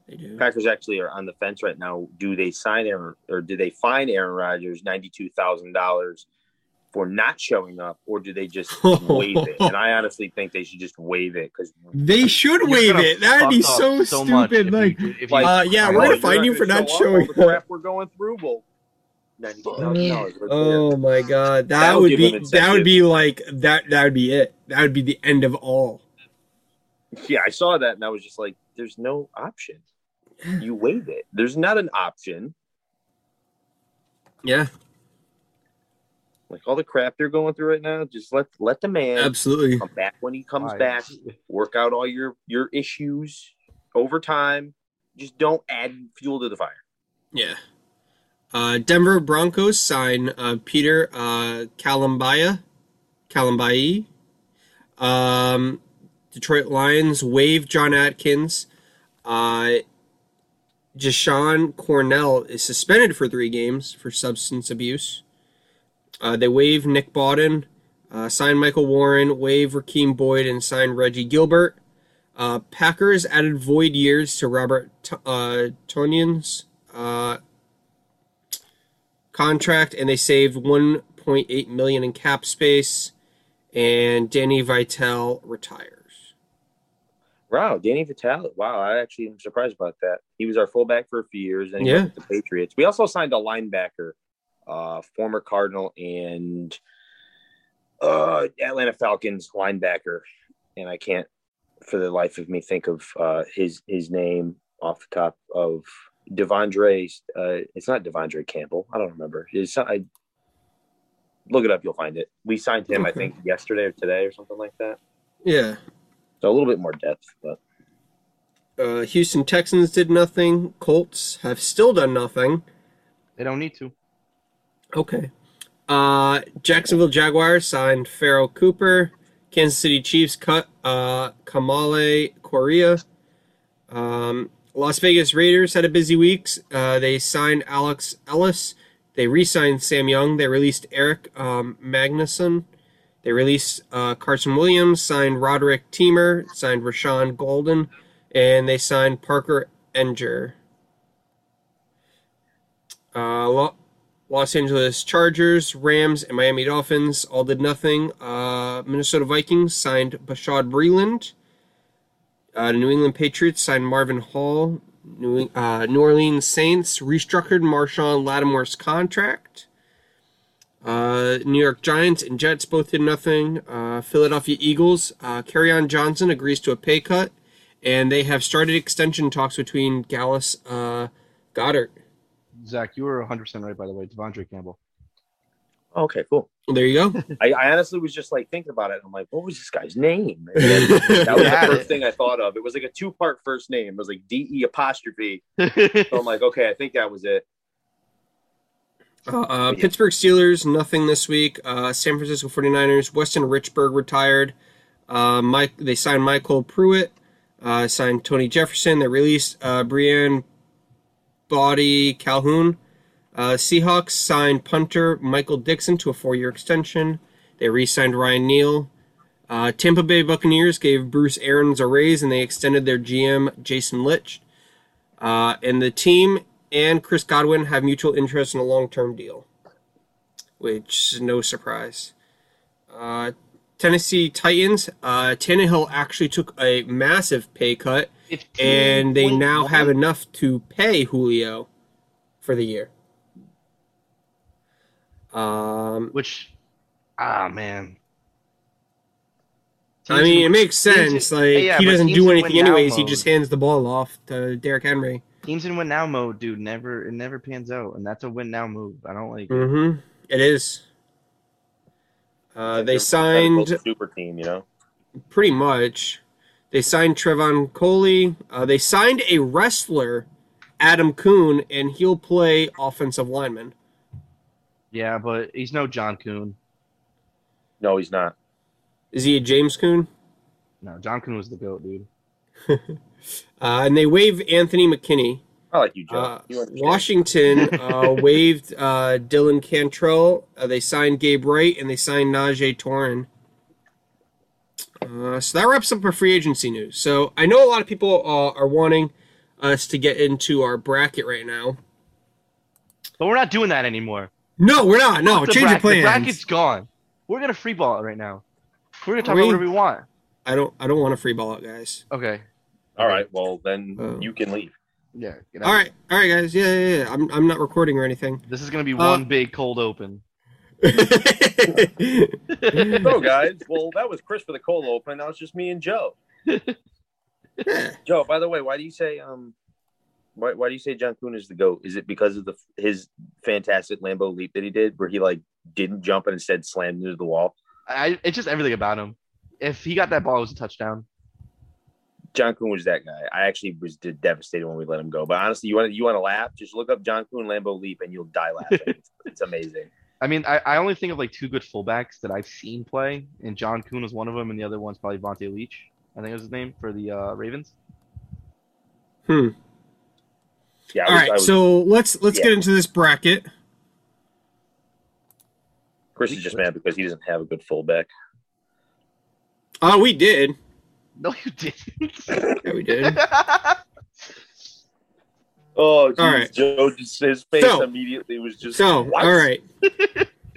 [SPEAKER 2] They do.
[SPEAKER 4] Packers actually are on the fence right now. Do they sign Aaron or do they fine Aaron Rodgers ninety two thousand dollars for not showing up, or do
[SPEAKER 2] <laughs>
[SPEAKER 4] they just waive it? And I honestly think they should just waive it because
[SPEAKER 2] They should
[SPEAKER 3] You're
[SPEAKER 2] waive
[SPEAKER 3] gonna
[SPEAKER 2] it. That'd be
[SPEAKER 3] fuck up
[SPEAKER 2] so,
[SPEAKER 3] much
[SPEAKER 2] stupid.
[SPEAKER 3] if you-
[SPEAKER 2] Like,
[SPEAKER 3] if you-
[SPEAKER 4] like,
[SPEAKER 2] uh, yeah,
[SPEAKER 3] I'm
[SPEAKER 2] we're gonna
[SPEAKER 3] like,
[SPEAKER 2] find you for not showing
[SPEAKER 5] All the
[SPEAKER 2] up.
[SPEAKER 5] crap we're going through, will
[SPEAKER 4] ninety two thousand dollars.
[SPEAKER 2] Oh my god, that,
[SPEAKER 4] That would
[SPEAKER 2] would
[SPEAKER 4] uh, give
[SPEAKER 2] be
[SPEAKER 4] them
[SPEAKER 2] that would
[SPEAKER 4] incentive.
[SPEAKER 2] be like that. That would be it. That would be the end of all.
[SPEAKER 4] Yeah, I saw that and I was just like, "There's no option. You waive it. There's not an option."
[SPEAKER 2] Yeah,
[SPEAKER 4] Like all the crap they're going through right now, just let let the man
[SPEAKER 2] absolutely.
[SPEAKER 4] come back when he comes
[SPEAKER 3] Why?
[SPEAKER 4] back. Work out all your your issues over time. Just don't add fuel to the fire.
[SPEAKER 2] Yeah. Uh, Denver Broncos sign uh, Peter uh, Kalambaya, Kalambayi. Um, Detroit Lions waive John Atkins. Uh, Deshaun Cornell is suspended for three games for substance abuse. Uh, they waive Nick Bodden, uh, sign Michael Warren, waive Raheem Boyd, and sign Reggie Gilbert. Uh, Packers added void years to Robert T- uh, Tonian's uh, contract, and they saved 1.8 million in cap space. And Danny Vitale retires.
[SPEAKER 4] Wow, Danny Vitale. Wow, I actually am surprised about that. He was our fullback for a few years, and he
[SPEAKER 2] Yeah.
[SPEAKER 4] went with the Patriots. We also signed a linebacker, uh, former Cardinal and uh, Atlanta Falcons linebacker, and I can't for the life of me think of uh, his his name off the top of Devondre. Uh, it's not Devondre Campbell. I don't remember. It's not, I, look it up. You'll find it. We signed him, I
[SPEAKER 2] Okay.
[SPEAKER 4] think, yesterday or today or something like that.
[SPEAKER 2] Yeah.
[SPEAKER 4] So a little bit more depth, but.
[SPEAKER 2] Uh, Houston Texans did nothing. Colts have still done nothing.
[SPEAKER 3] They don't need to.
[SPEAKER 2] Okay. Uh, Jacksonville Jaguars signed Farrell Cooper. Kansas City Chiefs cut uh, Kamale Correa. Um, Las Vegas Raiders had a busy week. Uh, they signed Alex Ellis. They re-signed Sam Young. They released Eric um, Magnuson. They released uh, Carson Williams. Signed Roderick Teamer. Signed Rashawn Golden, and they signed Parker Enger. Uh, Lo- Los Angeles Chargers, Rams, and Miami Dolphins all did nothing. Uh, Minnesota Vikings signed Bashad Breland. Uh, New England Patriots signed Marvin Hall. New, uh, New Orleans Saints restructured Marshawn Lattimore's contract. Uh, New York Giants and Jets both did nothing. Uh, Philadelphia Eagles, uh, Carryon Johnson agrees to a pay cut, and they have started extension talks between Gallus uh, Goddard.
[SPEAKER 4] <laughs>
[SPEAKER 3] Zach, you were 100 percent right by the way. Devondre Campbell.
[SPEAKER 4] Okay, cool.
[SPEAKER 2] There you go.
[SPEAKER 4] I, I honestly was just like thinking about it. And I'm like, what was this guy's name?
[SPEAKER 2] <laughs>
[SPEAKER 4] And then that was
[SPEAKER 3] Yeah.
[SPEAKER 4] the first thing I thought of. It was like a two part first name. It was like D E apostrophe. So
[SPEAKER 3] oh
[SPEAKER 4] I'm like, okay, I think that was it.
[SPEAKER 2] Uh, uh, Pittsburgh Steelers, nothing this week. Uh, San Francisco 49ers, Weston Richburg retired. Uh, Mike, they signed Michael Pruitt, uh, signed Tony Jefferson. They released uh, Brian Body Calhoun. Uh, Seahawks signed punter Michael Dixon to a four year extension. They re signed Ryan Neal. Uh, Tampa Bay Buccaneers gave Bruce Arians a raise and they extended their GM, Jason Litch. Uh, and the team and Chris Godwin have mutual interest in a long term deal, which is no surprise. Uh, Tennessee Titans, uh, Tannehill actually took a massive pay cut, and they now have enough to pay Julio for the year. Um,
[SPEAKER 3] Which, ah, man.
[SPEAKER 2] I mean, it makes
[SPEAKER 3] Teams-
[SPEAKER 2] sense.
[SPEAKER 3] yeah,
[SPEAKER 2] Like
[SPEAKER 3] yeah,
[SPEAKER 2] he
[SPEAKER 3] but
[SPEAKER 2] doesn't
[SPEAKER 3] teams
[SPEAKER 2] do
[SPEAKER 3] in
[SPEAKER 2] anything
[SPEAKER 3] win now
[SPEAKER 2] anyways. He
[SPEAKER 3] mode-
[SPEAKER 2] just hands the ball off to Derrick Henry.
[SPEAKER 3] teams in win now mode, dude. Never it never pans out, and that's a win now move. I don't like.
[SPEAKER 2] Mm-hmm. It is. Uh, they
[SPEAKER 4] They're
[SPEAKER 2] signed
[SPEAKER 4] both super team, you know.
[SPEAKER 2] pretty much. They signed Trevon Coley. Uh, they signed a wrestler, Adam Kuhn, and he'll play offensive lineman.
[SPEAKER 3] Yeah, but he's no John Coon.
[SPEAKER 4] No, he's not.
[SPEAKER 2] Is he a James Kuhn?
[SPEAKER 3] No, John Coon was the goat, dude.
[SPEAKER 2] Uh, and they waive Anthony McKinney.
[SPEAKER 4] I like you, Joe.
[SPEAKER 2] Uh,
[SPEAKER 4] you understand. <laughs>
[SPEAKER 2] Washington uh, waived uh, Dylan Cantrell. Uh, they signed Gabe Wright and they signed Najee Torin. Uh, so that wraps up our free agency news. So I know a lot of people uh, are wanting us to get into our bracket right now.
[SPEAKER 3] But we're not doing that anymore.
[SPEAKER 2] No, we're not. No,
[SPEAKER 3] The
[SPEAKER 2] change
[SPEAKER 3] bracket-
[SPEAKER 2] your
[SPEAKER 3] The
[SPEAKER 2] plans.
[SPEAKER 3] bracket's gone. We're gonna free ball it right now. We're gonna talk
[SPEAKER 2] We-
[SPEAKER 3] about whatever we want.
[SPEAKER 2] I don't. I don't want to free ball out, guys.
[SPEAKER 3] Okay.
[SPEAKER 4] All right, well then
[SPEAKER 2] Uh,
[SPEAKER 4] you can leave.
[SPEAKER 3] Yeah. get out.
[SPEAKER 2] All right, all right, guys. Yeah, yeah, yeah. I'm. I'm not recording or anything. <laughs>
[SPEAKER 3] This is gonna be
[SPEAKER 2] Uh,
[SPEAKER 3] one big cold
[SPEAKER 2] <laughs>
[SPEAKER 3] open.
[SPEAKER 4] So guys, well that was Chris for the cold open. Now it's just me
[SPEAKER 2] <laughs>
[SPEAKER 4] and Joe.
[SPEAKER 2] Yeah.
[SPEAKER 4] Joe, by the way, why do you say um why, why do you say John Kuhn is the GOAT? Is it because of the his fantastic Lambo leap that he did where he like didn't jump and instead slammed into the wall?
[SPEAKER 3] I, it's just everything about him. If he got that ball, it was a touchdown.
[SPEAKER 4] John Kuhn was that guy. I actually was de- devastated when we let him go. But honestly, you want to you want to laugh? Just look up John Kuhn Lambo leap and you'll die
[SPEAKER 2] <laughs>
[SPEAKER 4] laughing. it's, it's amazing.
[SPEAKER 3] I mean, I, I only think of like two good fullbacks that I've seen play, and John Kuhn was one of them, and the other one's probably Vontae Leach. I think it was his name for the uh, Ravens.
[SPEAKER 2] Hmm.
[SPEAKER 4] Yeah. I
[SPEAKER 2] All
[SPEAKER 4] was- I
[SPEAKER 2] right.
[SPEAKER 4] was-
[SPEAKER 2] So let's let's
[SPEAKER 4] Yeah.
[SPEAKER 2] get into this bracket.
[SPEAKER 4] Chris is just mad because he doesn't have a good fullback.
[SPEAKER 2] Uh, we did.
[SPEAKER 3] No, you didn't.
[SPEAKER 2] Yeah, we did.
[SPEAKER 4] Oh, geez,
[SPEAKER 2] All right.
[SPEAKER 4] Joe, just, his face
[SPEAKER 2] So-
[SPEAKER 4] immediately was just
[SPEAKER 2] So,
[SPEAKER 4] "What?"
[SPEAKER 2] all
[SPEAKER 4] <laughs>
[SPEAKER 2] right.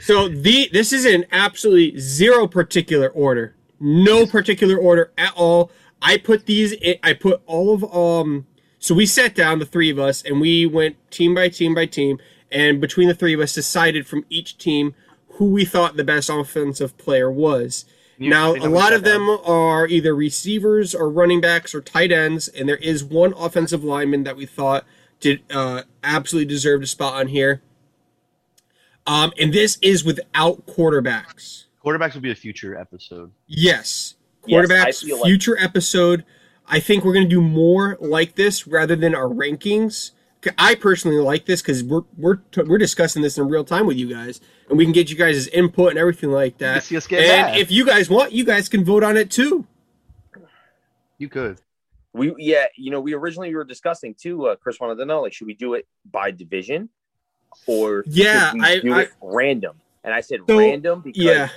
[SPEAKER 2] so the this is in absolutely zero particular order. No particular order at all. I put these in, I put all of um so we sat down the three of us and we went team by team by team and between the three of us decided from each team who we thought the best offensive player was.
[SPEAKER 3] You-
[SPEAKER 2] now
[SPEAKER 3] they
[SPEAKER 2] a
[SPEAKER 3] never
[SPEAKER 2] lot
[SPEAKER 3] shut
[SPEAKER 2] of them are either receivers or running backs or tight ends, and there is one offensive lineman that we thought did uh, absolutely deserved a spot on here. Um, and this is without quarterbacks.
[SPEAKER 3] <laughs> Quarterbacks will be a future episode.
[SPEAKER 2] Yes,
[SPEAKER 4] Yes, I
[SPEAKER 2] quarterbacks.
[SPEAKER 4] feel like-
[SPEAKER 2] future episode. I think we're going to do more like this rather than our rankings. 'Cause I personally like this because we're we're t- we're discussing this in real time with you guys, and we can get you guys' input and everything like
[SPEAKER 3] You
[SPEAKER 2] that.
[SPEAKER 3] see us get
[SPEAKER 2] And
[SPEAKER 3] mad.
[SPEAKER 2] if you guys want, you guys can vote on it too.
[SPEAKER 3] you could.
[SPEAKER 4] We yeah, you know, we originally we were discussing too. Uh, Chris wanted to know like, should we do it by division, or
[SPEAKER 2] Yeah,
[SPEAKER 4] should we
[SPEAKER 2] I-
[SPEAKER 4] do
[SPEAKER 2] I-
[SPEAKER 4] it random? And I said
[SPEAKER 2] So,
[SPEAKER 4] random because
[SPEAKER 2] Yeah.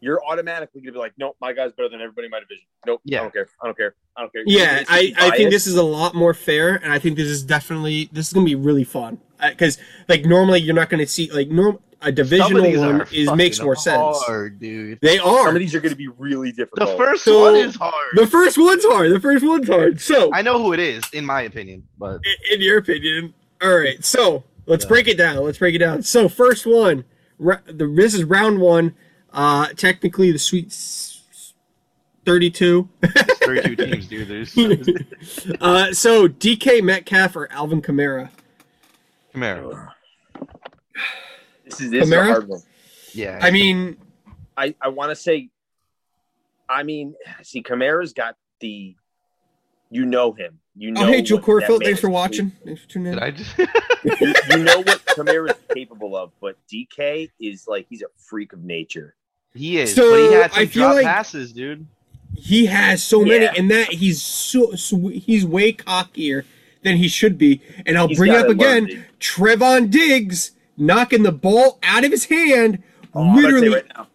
[SPEAKER 4] you're automatically gonna be like, nope, my guy's better than everybody in my division. Nope,
[SPEAKER 3] Yeah.
[SPEAKER 4] I don't care, I don't care, I don't care.
[SPEAKER 2] Yeah,
[SPEAKER 4] It's
[SPEAKER 2] I, I think
[SPEAKER 4] biased.
[SPEAKER 2] this is a lot more fair, and I think this is definitely this is gonna be really fun because like normally you're not gonna see like norm a
[SPEAKER 3] Some of
[SPEAKER 2] divisional
[SPEAKER 3] these are
[SPEAKER 2] one is makes
[SPEAKER 3] fucking
[SPEAKER 2] more sense.
[SPEAKER 3] Hard, dude.
[SPEAKER 2] They are
[SPEAKER 4] some of these are gonna be really
[SPEAKER 3] The
[SPEAKER 4] difficult.
[SPEAKER 3] first
[SPEAKER 2] So-
[SPEAKER 3] one is hard.
[SPEAKER 2] the first one's hard. The first one's hard. So
[SPEAKER 3] I know who it is, in my opinion,
[SPEAKER 2] <laughs>
[SPEAKER 3] but
[SPEAKER 2] i- in your opinion, all right. So let's
[SPEAKER 3] Yeah.
[SPEAKER 2] break it down. Let's break it down. So first one, ra- the this is round one. Uh, technically the sweet s- thirty-two. <laughs>
[SPEAKER 3] there's 32 teams, dude. There's Camaro.
[SPEAKER 2] uh, so DK Metcalf or Alvin Kamara.
[SPEAKER 4] this is this is a
[SPEAKER 2] Kamara?
[SPEAKER 4] hard one.
[SPEAKER 3] Yeah.
[SPEAKER 2] I mean,
[SPEAKER 4] I, I want to say, I mean, see, Kamara's got the, you know him. You know.
[SPEAKER 2] oh hey, Joe
[SPEAKER 4] what that
[SPEAKER 2] Corfield,
[SPEAKER 4] man
[SPEAKER 2] thanks for
[SPEAKER 4] is
[SPEAKER 2] watching. Thanks for tuning
[SPEAKER 3] did
[SPEAKER 2] in.
[SPEAKER 3] I just? <laughs>
[SPEAKER 4] you, you know what Kamara's capable of, but DK is like he's a freak of nature.
[SPEAKER 3] he is.
[SPEAKER 2] So,
[SPEAKER 3] but he had some
[SPEAKER 2] I feel
[SPEAKER 3] drop
[SPEAKER 2] like-
[SPEAKER 3] passes, dude.
[SPEAKER 2] He has so many,
[SPEAKER 4] Yeah.
[SPEAKER 2] and that he's so, so he's way cockier than he should be. And I'll Oh,
[SPEAKER 4] He's
[SPEAKER 2] bring
[SPEAKER 4] got
[SPEAKER 2] up
[SPEAKER 4] a love
[SPEAKER 2] again,
[SPEAKER 4] dig.
[SPEAKER 2] Trevon Diggs knocking the ball out of his hand,
[SPEAKER 4] Oh, I'm gonna say
[SPEAKER 2] literally
[SPEAKER 4] right now,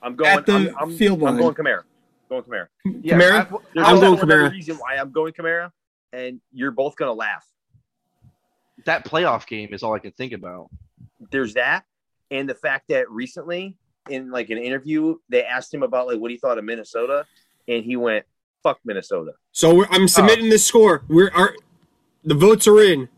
[SPEAKER 4] I'm going.
[SPEAKER 2] at the
[SPEAKER 4] I'm, I'm,
[SPEAKER 2] field
[SPEAKER 4] I'm
[SPEAKER 2] line.
[SPEAKER 4] going Kamara. Going Kamara.
[SPEAKER 3] Yeah,
[SPEAKER 2] Kamara?
[SPEAKER 3] I-
[SPEAKER 4] There's
[SPEAKER 2] I'm
[SPEAKER 4] only
[SPEAKER 2] going
[SPEAKER 4] one other
[SPEAKER 2] Kamara.
[SPEAKER 4] Reason why I'm going Kamara, and you're both gonna laugh.
[SPEAKER 3] that playoff game is all I can think about.
[SPEAKER 4] there's that and the fact that recently in like an interview they asked him about like what he thought of minnesota and he went fuck minnesota
[SPEAKER 2] So we're, I'm
[SPEAKER 4] Oh.
[SPEAKER 2] submitting this score. We're our, the votes are in.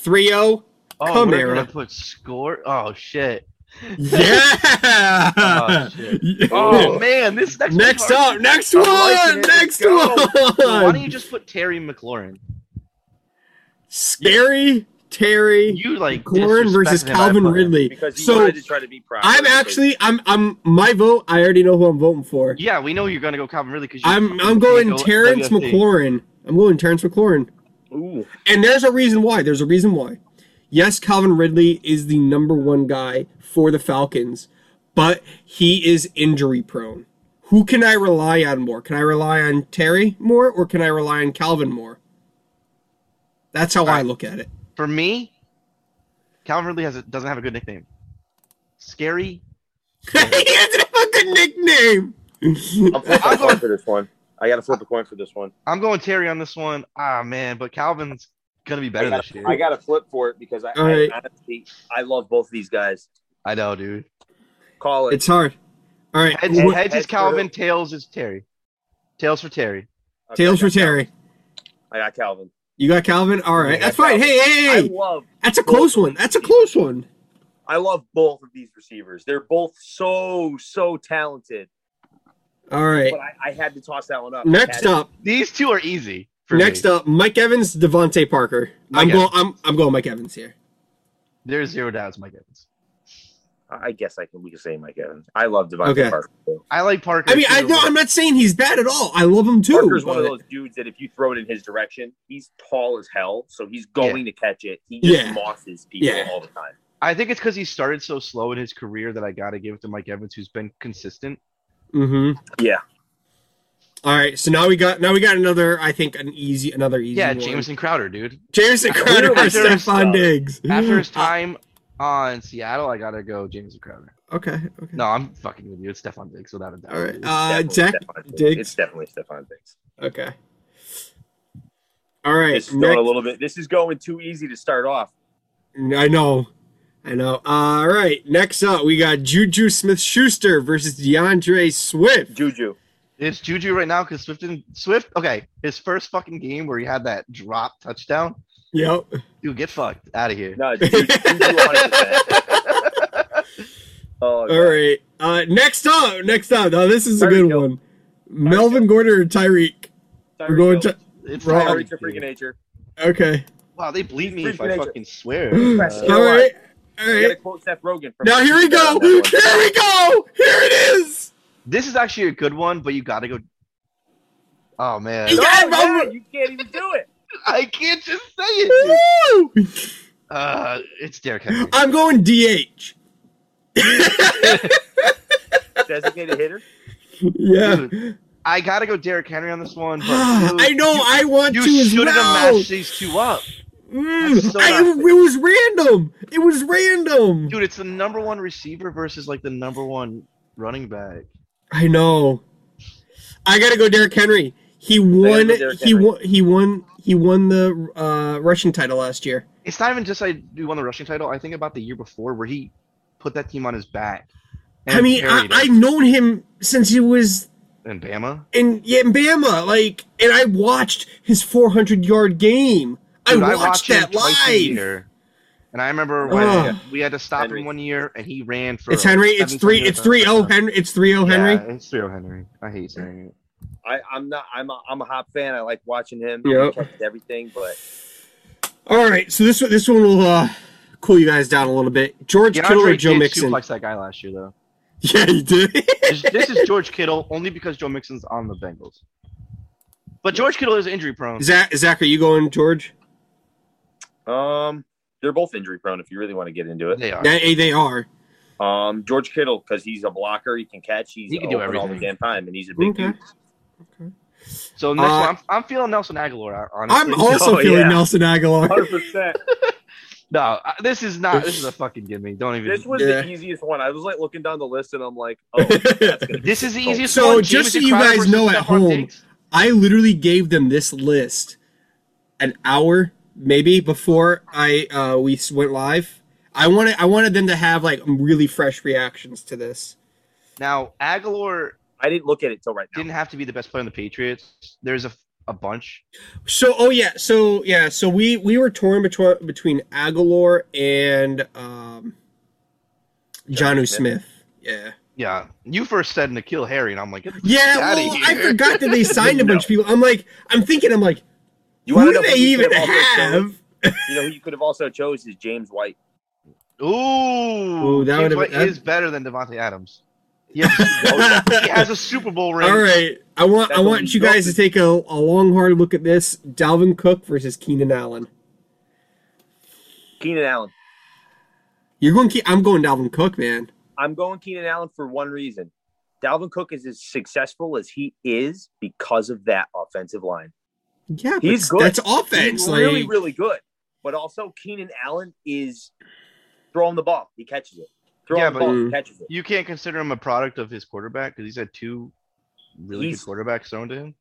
[SPEAKER 2] 3-0.
[SPEAKER 3] Oh,
[SPEAKER 2] Come,
[SPEAKER 3] we're gonna
[SPEAKER 2] Aaron.
[SPEAKER 3] put score. Oh shit.
[SPEAKER 2] <laughs> Yeah.
[SPEAKER 3] Oh, shit.
[SPEAKER 2] Yeah. <laughs>
[SPEAKER 3] Oh man, this next one's
[SPEAKER 2] next
[SPEAKER 3] hard.
[SPEAKER 2] up, next
[SPEAKER 3] I'm
[SPEAKER 2] one,
[SPEAKER 3] liking it.
[SPEAKER 2] next
[SPEAKER 3] Let's Why don't
[SPEAKER 2] one.
[SPEAKER 3] you just put Terry McLaurin?
[SPEAKER 2] <laughs> Scary Terry
[SPEAKER 3] You like
[SPEAKER 2] Gorin versus
[SPEAKER 3] disrespected him
[SPEAKER 2] Calvin
[SPEAKER 3] by putting-
[SPEAKER 2] Ridley.
[SPEAKER 4] because he
[SPEAKER 2] So
[SPEAKER 4] wanted to try to be proper
[SPEAKER 2] I'm
[SPEAKER 4] So
[SPEAKER 2] actually I'm I'm my vote. I already know who I'm voting for.
[SPEAKER 3] Yeah, we know you're gonna go Calvin Ridley because
[SPEAKER 2] I'm I'm going Terrence McLaurin. I'm going Terrence McLaurin.
[SPEAKER 4] ooh,
[SPEAKER 2] And there's a reason why. There's a reason why. Yes, Calvin Ridley is the number one guy for the Falcons, but he is injury prone. Who can I rely on more? Can I rely on Terry more or can I rely on Calvin more? That's how I look at it. <laughs>
[SPEAKER 3] For me, Calvin Ridley has a, doesn't have a good nickname. Scary.
[SPEAKER 2] he doesn't have a good nickname.
[SPEAKER 4] i'm flipping a coin for this one i gotta flip a coin for this one
[SPEAKER 3] I'm going Terry on this one. Ah man, but Calvin's gonna be
[SPEAKER 4] I
[SPEAKER 3] better this
[SPEAKER 4] gotta,
[SPEAKER 3] year.
[SPEAKER 4] I
[SPEAKER 3] I,
[SPEAKER 4] gotta flip for it because i,
[SPEAKER 2] All
[SPEAKER 4] I
[SPEAKER 2] right.
[SPEAKER 4] honestly i love both these guys
[SPEAKER 3] know, dude.
[SPEAKER 4] call it
[SPEAKER 2] It's hard. All right.
[SPEAKER 3] Heads,
[SPEAKER 2] wh-
[SPEAKER 3] heads
[SPEAKER 4] heads
[SPEAKER 3] is
[SPEAKER 4] for-
[SPEAKER 3] Calvin. Tails is Terry. Tails for Terry.
[SPEAKER 4] Okay,
[SPEAKER 2] Tails for
[SPEAKER 4] I got Calvin.
[SPEAKER 2] Terry.
[SPEAKER 4] i got calvin
[SPEAKER 2] You got Calvin? All right.
[SPEAKER 4] Yeah,
[SPEAKER 2] That's fine.
[SPEAKER 4] Calvin.
[SPEAKER 2] Hey, hey,
[SPEAKER 4] i
[SPEAKER 2] hey.
[SPEAKER 4] love
[SPEAKER 2] That's a close one. That's a close one.
[SPEAKER 4] i love both of these receivers they're both so so talented
[SPEAKER 2] All right.
[SPEAKER 4] but i, I had to toss that one up
[SPEAKER 2] Next up,
[SPEAKER 3] These two are easy. For
[SPEAKER 2] Next
[SPEAKER 3] me.
[SPEAKER 2] up, Mike Evans, Devonte Parker.
[SPEAKER 3] Mike
[SPEAKER 2] I'm going. I'm, I'm going Mike Evans here.
[SPEAKER 3] there's zero doubts, Mike Evans.
[SPEAKER 4] I I guess I can. We can say Mike Evans. I love Devontae
[SPEAKER 2] Okay.
[SPEAKER 4] Parker. too.
[SPEAKER 3] I like Parker.
[SPEAKER 2] I mean, I
[SPEAKER 3] too,
[SPEAKER 2] know
[SPEAKER 3] but-
[SPEAKER 2] I'm not saying he's bad at all. I love him too.
[SPEAKER 4] Parker's one of
[SPEAKER 2] but-
[SPEAKER 4] those dudes that if you throw it in his direction, he's tall as hell, so he's going to catch it. He just
[SPEAKER 2] Yeah.
[SPEAKER 4] mosses people
[SPEAKER 2] Yeah.
[SPEAKER 4] all the time.
[SPEAKER 3] I think it's because he started so slow in his career that I got to give it to Mike Evans, who's been consistent.
[SPEAKER 2] Mhm.
[SPEAKER 4] Yeah.
[SPEAKER 2] All right. So now we got now we got another. I think an easy another easy.
[SPEAKER 3] Yeah,
[SPEAKER 2] one.
[SPEAKER 3] Jameson Crowder, dude.
[SPEAKER 2] Jameson Crowder or
[SPEAKER 3] After his-
[SPEAKER 2] Stephon Diggs. <gasps> <laughs>
[SPEAKER 3] After his time on Seattle, I got to go Jameson Crowder.
[SPEAKER 2] Okay. Okay.
[SPEAKER 3] No, I'm fucking with you. It's Stephon Diggs, without a doubt.
[SPEAKER 2] All right.
[SPEAKER 3] dude.
[SPEAKER 2] Uh,
[SPEAKER 4] Definitely
[SPEAKER 2] Zach.
[SPEAKER 4] Stephon Diggs.
[SPEAKER 2] Diggs.
[SPEAKER 4] It's definitely Stephon Diggs.
[SPEAKER 2] Okay. All right.
[SPEAKER 4] This is going a
[SPEAKER 2] next-
[SPEAKER 4] little bit. This is going too easy to start off.
[SPEAKER 2] I know. I know. All right. Next up, we got Juju Smith Schuster versus DeAndre Swift.
[SPEAKER 4] Juju.
[SPEAKER 3] It's Juju right now because Swift didn't. Swift, okay, his first fucking game where he had that drop touchdown.
[SPEAKER 2] Yep.
[SPEAKER 3] Dude, get fucked out of here.
[SPEAKER 4] No, Ju- Juju. 100%. Oh,
[SPEAKER 2] All right. Uh, next up, next up. Now this is a
[SPEAKER 4] Tyreek
[SPEAKER 2] good
[SPEAKER 4] Hill.
[SPEAKER 2] one. Melvin
[SPEAKER 4] Hill.
[SPEAKER 2] Gordon or Tyreek? We're going
[SPEAKER 4] Tyreek Hill.
[SPEAKER 2] to.
[SPEAKER 3] It's
[SPEAKER 2] Wrong.
[SPEAKER 3] Tyreek,
[SPEAKER 4] Tyreek to freaking
[SPEAKER 3] dude.
[SPEAKER 4] nature.
[SPEAKER 2] Okay.
[SPEAKER 3] Wow, they bleed me
[SPEAKER 4] Freak
[SPEAKER 3] if I
[SPEAKER 4] nature.
[SPEAKER 3] fucking swear.
[SPEAKER 2] <laughs>
[SPEAKER 4] Impressive.
[SPEAKER 3] Uh,
[SPEAKER 2] all
[SPEAKER 4] know what?
[SPEAKER 2] right. All
[SPEAKER 4] You gotta
[SPEAKER 2] right.
[SPEAKER 4] quote Seth Rogen from
[SPEAKER 2] Now here we go. <laughs> Here we go. Here it is.
[SPEAKER 3] this is actually a good one, but you got to go. Oh, man.
[SPEAKER 2] He
[SPEAKER 4] No,
[SPEAKER 2] Yeah,
[SPEAKER 4] yeah,
[SPEAKER 2] but-
[SPEAKER 4] you can't even do it.
[SPEAKER 3] <laughs> I can't just say it.
[SPEAKER 2] <laughs>
[SPEAKER 3] dude.
[SPEAKER 2] Woo!
[SPEAKER 3] Uh, it's Derrick Henry.
[SPEAKER 2] I'm going DH.
[SPEAKER 4] Designated hitter.
[SPEAKER 2] Yeah. <laughs>
[SPEAKER 3] Dude, I gotta go Derrick Henry on this one. But
[SPEAKER 2] <sighs>
[SPEAKER 3] dude,
[SPEAKER 2] I know.
[SPEAKER 3] You,
[SPEAKER 2] I want to
[SPEAKER 3] you
[SPEAKER 2] as
[SPEAKER 3] should have
[SPEAKER 2] well.
[SPEAKER 3] matched these two up,
[SPEAKER 2] Mm,
[SPEAKER 3] That's so
[SPEAKER 2] I-
[SPEAKER 3] not
[SPEAKER 2] it was random. It was random.
[SPEAKER 3] dude. It's the number one receiver versus like the number one running back.
[SPEAKER 2] I know. I gotta go, Derrick Henry. He
[SPEAKER 4] gotta
[SPEAKER 2] won.
[SPEAKER 4] go Derrick
[SPEAKER 2] He
[SPEAKER 4] Henry.
[SPEAKER 2] won. He won. He won the uh, rushing title last year.
[SPEAKER 3] It's not even just I do won the rushing title. I think about the year before where he put that team on his back.
[SPEAKER 2] I mean, I,
[SPEAKER 3] carried it.
[SPEAKER 2] I've known him since he was
[SPEAKER 3] and Bama.
[SPEAKER 2] in, yeah, in Bama. Like, and I watched his 400 yard game.
[SPEAKER 3] Dude,
[SPEAKER 2] I
[SPEAKER 3] watch
[SPEAKER 2] watched
[SPEAKER 3] him
[SPEAKER 2] that
[SPEAKER 3] twice a
[SPEAKER 2] live.
[SPEAKER 3] year, And I remember when
[SPEAKER 2] Ugh.
[SPEAKER 3] we had to stop
[SPEAKER 4] Henry.
[SPEAKER 3] him one year, and he ran for.
[SPEAKER 2] It's Henry. It's
[SPEAKER 3] 17
[SPEAKER 2] three.
[SPEAKER 3] yards
[SPEAKER 2] It's
[SPEAKER 3] on
[SPEAKER 2] three. Oh,
[SPEAKER 3] touchdown.
[SPEAKER 2] Henry. It's three. Oh, Henry.
[SPEAKER 3] Yeah, it's three. Oh, Henry. I hate saying it.
[SPEAKER 4] I, I'm not. I'm a, I'm a Hop fan. I like watching him.
[SPEAKER 2] Yep.
[SPEAKER 4] He catches everything, but
[SPEAKER 2] All right. So this one- this one will uh, cool you guys down a little bit. George Kittle or
[SPEAKER 3] DeAndre
[SPEAKER 2] Joe
[SPEAKER 3] did
[SPEAKER 2] Mixon? <laughs>
[SPEAKER 3] suplex that guy last year though.
[SPEAKER 1] Yeah, he did.
[SPEAKER 3] This, this is George Kittle only because Joe Mixon's on the Bengals. But George Kittle is injury prone.
[SPEAKER 2] Zach, Zach, are you going, George?
[SPEAKER 4] Um, they're both injury prone. If you really want to get into it,
[SPEAKER 3] They are.
[SPEAKER 2] They, they are.
[SPEAKER 4] um, George Kittle because he's a blocker, he can catch, he's
[SPEAKER 3] He can do
[SPEAKER 4] open all the
[SPEAKER 3] everything.
[SPEAKER 4] damn time, and he's a big
[SPEAKER 2] Okay.
[SPEAKER 4] dude.
[SPEAKER 3] So next
[SPEAKER 2] Uh,
[SPEAKER 3] one, I'm, I'm feeling Nelson Aguilar. Honestly,
[SPEAKER 2] I'm
[SPEAKER 4] <laughs>
[SPEAKER 2] also
[SPEAKER 4] Oh,
[SPEAKER 2] feeling
[SPEAKER 4] yeah.
[SPEAKER 2] Nelson Aguilar.
[SPEAKER 4] Hundred percent.
[SPEAKER 3] no. I- This is not. This is a fucking gimme. Don't even.
[SPEAKER 4] This
[SPEAKER 3] This,
[SPEAKER 4] was
[SPEAKER 2] Yeah.
[SPEAKER 4] the easiest one. I was like looking down the list, and
[SPEAKER 2] <laughs>
[SPEAKER 4] I'm like, oh, that's gonna be
[SPEAKER 3] is the
[SPEAKER 4] difficult.
[SPEAKER 3] easiest.
[SPEAKER 2] So
[SPEAKER 3] one.
[SPEAKER 2] just so
[SPEAKER 3] Jamison
[SPEAKER 2] you
[SPEAKER 3] Crowder
[SPEAKER 2] guys
[SPEAKER 3] versus
[SPEAKER 2] know at
[SPEAKER 3] Stephon
[SPEAKER 2] home-
[SPEAKER 3] Diggs.
[SPEAKER 2] I literally gave them this list an hour maybe before I uh, we s- went live. I wanted I wanted them to have like really fresh reactions to this.
[SPEAKER 3] Now Aguilar
[SPEAKER 4] I didn't look at it till right now.
[SPEAKER 3] didn't have to be the best player on the Patriots. There's a a bunch.
[SPEAKER 2] So oh yeah, so yeah, so we we were torn between between Aguilar and um Jonu Smith. Yeah.
[SPEAKER 3] Yeah, you first said to kill Harry, and I'm like, get the fuck
[SPEAKER 2] Yeah,
[SPEAKER 3] outta
[SPEAKER 2] well,
[SPEAKER 3] here.
[SPEAKER 2] I forgot that they signed a bunch of people. I'm like, I'm thinking, I'm like,
[SPEAKER 4] You
[SPEAKER 2] who
[SPEAKER 4] wanna
[SPEAKER 2] do
[SPEAKER 4] know
[SPEAKER 2] they
[SPEAKER 4] you
[SPEAKER 2] even
[SPEAKER 4] could also chose?
[SPEAKER 2] have?
[SPEAKER 4] You know who you could have also chose is James White.
[SPEAKER 3] Ooh,
[SPEAKER 2] Ooh, that
[SPEAKER 3] James
[SPEAKER 2] would've-
[SPEAKER 3] White
[SPEAKER 2] that-
[SPEAKER 3] is better than Devontae Adams. He has,
[SPEAKER 2] <laughs>
[SPEAKER 3] he has a Super Bowl ring.
[SPEAKER 2] All right, I want I
[SPEAKER 4] That's
[SPEAKER 2] want you guys to take a, a long hard look at this: Dalvin Cook versus Keenan Allen.
[SPEAKER 4] Keenan Allen.
[SPEAKER 2] You're going, Ke- I'm going Dalvin Cook, man.
[SPEAKER 4] I'm going Keenan Allen for one reason. Dalvin Cook is as successful as he is because of that offensive line.
[SPEAKER 2] Yeah, but
[SPEAKER 4] He's good.
[SPEAKER 2] That's offense.
[SPEAKER 4] He's really,
[SPEAKER 2] like,
[SPEAKER 4] really good. But also, Keenan Allen is throwing the ball. He catches it. Throwing
[SPEAKER 3] Yeah,
[SPEAKER 4] the
[SPEAKER 3] but-
[SPEAKER 4] ball, he catches it.
[SPEAKER 3] You can't consider him a product of his quarterback because he's had two really
[SPEAKER 4] He's-
[SPEAKER 3] good quarterbacks thrown to him.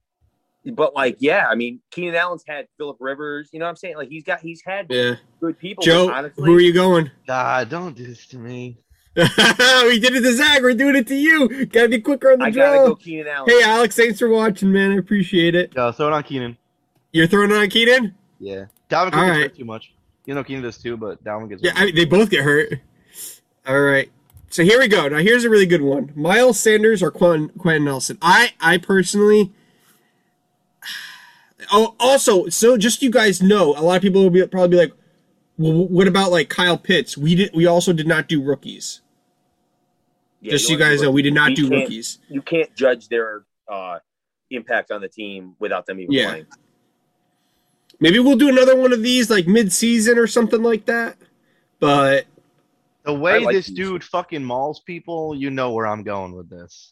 [SPEAKER 4] But like, yeah, I mean, Keenan Allen's had Philip Rivers. You know what I'm saying? Like, he's got he's had
[SPEAKER 2] yeah,
[SPEAKER 4] good people.
[SPEAKER 2] Joe,
[SPEAKER 4] Oh, but honestly,
[SPEAKER 2] who are you going? <laughs>
[SPEAKER 3] God, don't do this to me.
[SPEAKER 2] we did it to Zach. We're doing it to you. Gotta be quicker on the
[SPEAKER 4] I gotta
[SPEAKER 2] draw.
[SPEAKER 4] go Keenan Allen.
[SPEAKER 2] Hey, Alex, thanks for watching, man. I appreciate it.
[SPEAKER 3] No, throw it on Keenan.
[SPEAKER 2] You're throwing it on Keenan?
[SPEAKER 3] Yeah, Dalvin Cook
[SPEAKER 2] All
[SPEAKER 3] gets
[SPEAKER 2] right.
[SPEAKER 3] hurt too much. You know Keenan does too, but Dalvin gets.
[SPEAKER 2] Yeah,
[SPEAKER 3] hurt.
[SPEAKER 2] I mean, they both get hurt. All right. So here we go. Now here's a really good one: Miles Sanders or Quentin, Quentin Nelson. I I personally. <sighs> Oh, also, so just so you guys know, a lot of people will be probably be like, "Well, what about like Kyle Pitts? We did. We also did not do rookies.
[SPEAKER 4] Yeah,
[SPEAKER 2] just so you
[SPEAKER 4] wanna do
[SPEAKER 2] guys know, we did not
[SPEAKER 4] We
[SPEAKER 2] do
[SPEAKER 4] can't-
[SPEAKER 2] rookies.
[SPEAKER 4] You can't judge their uh, impact on the team without them even
[SPEAKER 2] Yeah.
[SPEAKER 4] playing.
[SPEAKER 2] Maybe we'll do another one of these like mid-season or something like that. But
[SPEAKER 3] the
[SPEAKER 4] I
[SPEAKER 3] way
[SPEAKER 4] like
[SPEAKER 3] this
[SPEAKER 4] these.
[SPEAKER 3] dude fucking mauls people, you know where I'm going with this.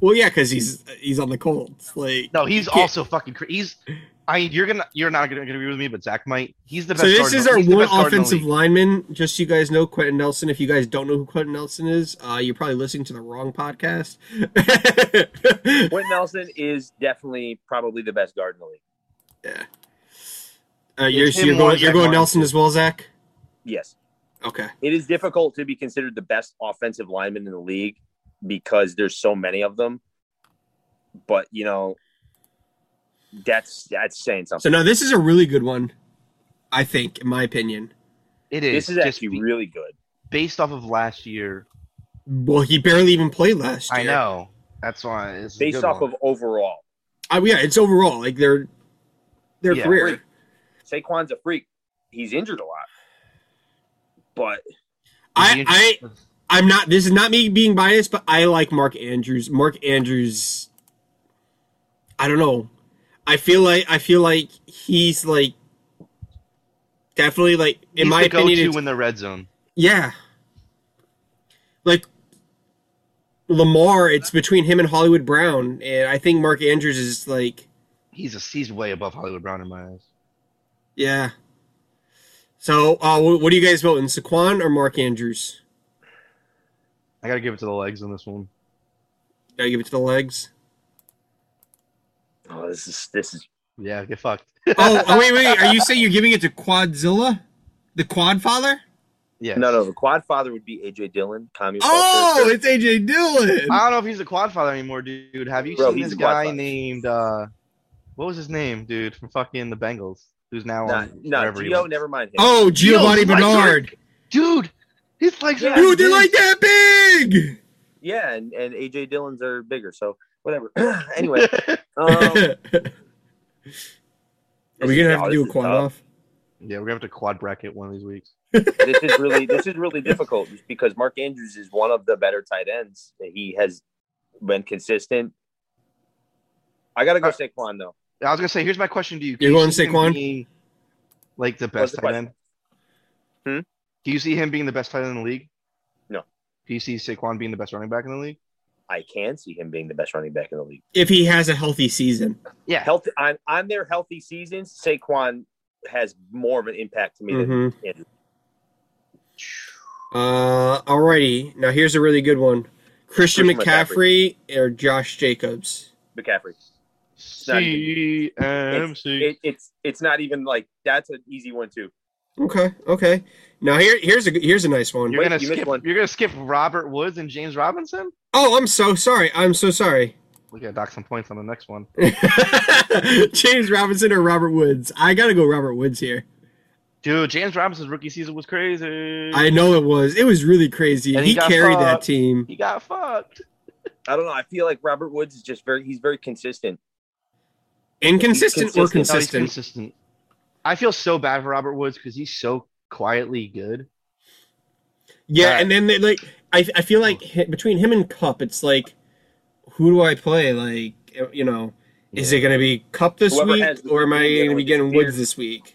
[SPEAKER 2] well, yeah, because he's he's on the Colts. Like
[SPEAKER 3] No, he's
[SPEAKER 2] You can't-
[SPEAKER 3] also fucking. Cra- he's. I you're gonna you're not gonna, agree with me, but Zach might. He's the best.
[SPEAKER 2] So this
[SPEAKER 3] guard in
[SPEAKER 2] is
[SPEAKER 3] the-
[SPEAKER 2] our
[SPEAKER 3] he's the
[SPEAKER 2] one
[SPEAKER 3] best guard in the
[SPEAKER 2] offensive
[SPEAKER 3] league.
[SPEAKER 2] lineman. Just so you guys know, Quentin Nelson. If you guys don't know who Quentin Nelson is, uh, you're probably listening to the wrong podcast. <laughs>
[SPEAKER 4] Quentin Nelson is definitely probably the best guard in the league.
[SPEAKER 2] uh, you're, so
[SPEAKER 3] him
[SPEAKER 2] you're
[SPEAKER 3] or
[SPEAKER 2] going, you're
[SPEAKER 3] Zach
[SPEAKER 2] going
[SPEAKER 3] Martin.
[SPEAKER 2] Nelson as well, Zach.
[SPEAKER 4] Yes.
[SPEAKER 2] Okay.
[SPEAKER 4] It is difficult to be considered the best offensive lineman in the league because there's so many of them. But, you know, that's that's saying
[SPEAKER 2] So
[SPEAKER 4] something.
[SPEAKER 2] now this is a really good one, I think, in my opinion.
[SPEAKER 3] It is.
[SPEAKER 4] this is
[SPEAKER 3] just
[SPEAKER 4] actually
[SPEAKER 3] be-
[SPEAKER 4] really good.
[SPEAKER 3] based off of last year.
[SPEAKER 2] Well, he barely even played last year.
[SPEAKER 3] I know. That's why. It's a
[SPEAKER 4] Based
[SPEAKER 3] good
[SPEAKER 4] off
[SPEAKER 3] one.
[SPEAKER 4] of overall.
[SPEAKER 2] Uh, yeah, it's overall like their their
[SPEAKER 3] Yeah.
[SPEAKER 2] career.
[SPEAKER 4] Saquon's a freak. He's injured a lot. But
[SPEAKER 2] I, I I'm not. This is not me being biased, but I like Mark Andrews. Mark Andrews. I don't know. I feel like I feel like he's like definitely like in my opinion.
[SPEAKER 3] go
[SPEAKER 2] it's-
[SPEAKER 3] in the red zone.
[SPEAKER 2] yeah. Like Lamar, it's between him and Hollywood Brown, and I think Mark Andrews is like
[SPEAKER 3] He's a he's way above Hollywood Brown in my eyes.
[SPEAKER 2] yeah. So, uh, wh- what are you guys voting, Saquon or Mark Andrews?
[SPEAKER 3] I gotta give it to the legs on this one.
[SPEAKER 2] Gotta give it to the legs.
[SPEAKER 4] oh, this is this is
[SPEAKER 3] Yeah, get fucked.
[SPEAKER 2] oh, oh, wait, wait. Are you saying you're giving it to Quadzilla, the Quad Father?
[SPEAKER 3] Yeah.
[SPEAKER 4] no no the quad father would be AJ Dillon, Tommy
[SPEAKER 2] Oh,
[SPEAKER 4] Fulcher.
[SPEAKER 2] it's AJ Dillon.
[SPEAKER 3] I don't know if he's a quad father anymore, dude. Have you
[SPEAKER 4] Bro,
[SPEAKER 3] seen
[SPEAKER 4] he's
[SPEAKER 3] this
[SPEAKER 4] a quad
[SPEAKER 3] guy
[SPEAKER 4] father.
[SPEAKER 3] named uh what was his name, dude, from fucking the Bengals, who's now
[SPEAKER 4] Nah,
[SPEAKER 3] on
[SPEAKER 4] no,
[SPEAKER 3] wherever he
[SPEAKER 4] Gio,
[SPEAKER 3] was.
[SPEAKER 4] never mind him.
[SPEAKER 2] Oh, Giovanni
[SPEAKER 3] Yo, my
[SPEAKER 2] Bernard.
[SPEAKER 3] Dude, his legs
[SPEAKER 4] Yeah,
[SPEAKER 3] are
[SPEAKER 2] Dude, they're
[SPEAKER 3] this.
[SPEAKER 2] like that big.
[SPEAKER 4] Yeah, and, and AJ Dillon's are bigger, so whatever. <laughs> <clears throat> anyway,
[SPEAKER 3] <laughs>
[SPEAKER 2] <laughs>
[SPEAKER 4] um,
[SPEAKER 2] Are we gonna have to do a quad
[SPEAKER 4] off?
[SPEAKER 2] off?
[SPEAKER 3] yeah, we're gonna have to quad bracket one of these weeks.
[SPEAKER 4] this is really this is really difficult just because Mark Andrews is one of the better tight ends. He has been consistent. I gotta
[SPEAKER 2] Uh,
[SPEAKER 4] go Saquon though.
[SPEAKER 3] I was gonna say, here's my question to you.
[SPEAKER 2] You're
[SPEAKER 3] you
[SPEAKER 2] going
[SPEAKER 3] see him
[SPEAKER 2] Saquon?
[SPEAKER 3] being, like the
[SPEAKER 4] What's
[SPEAKER 3] best
[SPEAKER 4] the
[SPEAKER 3] tight end.
[SPEAKER 4] Hmm?
[SPEAKER 3] Do you see him being the best tight end in the league?
[SPEAKER 4] No.
[SPEAKER 3] Do you see Saquon being the best running back in the league?
[SPEAKER 4] I can see him being the best running back in the league.
[SPEAKER 2] if he has a healthy season.
[SPEAKER 3] Yeah.
[SPEAKER 4] Healthy on on their healthy seasons, Saquon has more of an impact to me than
[SPEAKER 3] Mm-hmm.
[SPEAKER 2] Mhm.
[SPEAKER 4] Andrews.
[SPEAKER 2] Uh, alrighty. Now here's a really good one: Christian
[SPEAKER 4] Christian
[SPEAKER 2] McCaffrey, or Josh Jacobs.
[SPEAKER 4] McCaffrey.
[SPEAKER 3] CMC.
[SPEAKER 4] It, it's it's not even like that's an easy one too.
[SPEAKER 2] Okay, okay. Now here here's a here's a nice one.
[SPEAKER 3] You're
[SPEAKER 4] Wait,
[SPEAKER 3] gonna
[SPEAKER 4] you missed
[SPEAKER 3] skip.
[SPEAKER 4] one.
[SPEAKER 3] You're gonna skip Robert Woods and James Robinson.
[SPEAKER 2] Oh, I'm so sorry. I'm so sorry.
[SPEAKER 3] We gotta dock some points on the next one.
[SPEAKER 2] <laughs> James Robinson or Robert Woods? I gotta go Robert Woods here.
[SPEAKER 3] Dude, James Robinson's rookie season was crazy.
[SPEAKER 2] I know it was. It was really crazy.
[SPEAKER 3] And
[SPEAKER 2] he
[SPEAKER 3] he got
[SPEAKER 2] carried that
[SPEAKER 3] fucked.
[SPEAKER 2] team.
[SPEAKER 3] he got fucked.
[SPEAKER 4] I don't know. I feel like Robert Woods is just very he's very consistent.
[SPEAKER 2] Inconsistent or
[SPEAKER 4] consistent.
[SPEAKER 3] No, he's
[SPEAKER 2] consistent?
[SPEAKER 3] consistent. I feel so bad for Robert Woods because he's so quietly good.
[SPEAKER 2] Yeah,
[SPEAKER 3] Alright.
[SPEAKER 2] and then they, like I, I feel like hi- between him and Cup, it's like, who do I play? Like you know, is it gonna be Cup this
[SPEAKER 4] Whoever has
[SPEAKER 2] week
[SPEAKER 4] the
[SPEAKER 2] or am I
[SPEAKER 4] lead,
[SPEAKER 2] gonna be
[SPEAKER 4] yeah,
[SPEAKER 2] getting
[SPEAKER 4] it's
[SPEAKER 2] Woods
[SPEAKER 4] weird.
[SPEAKER 2] this week?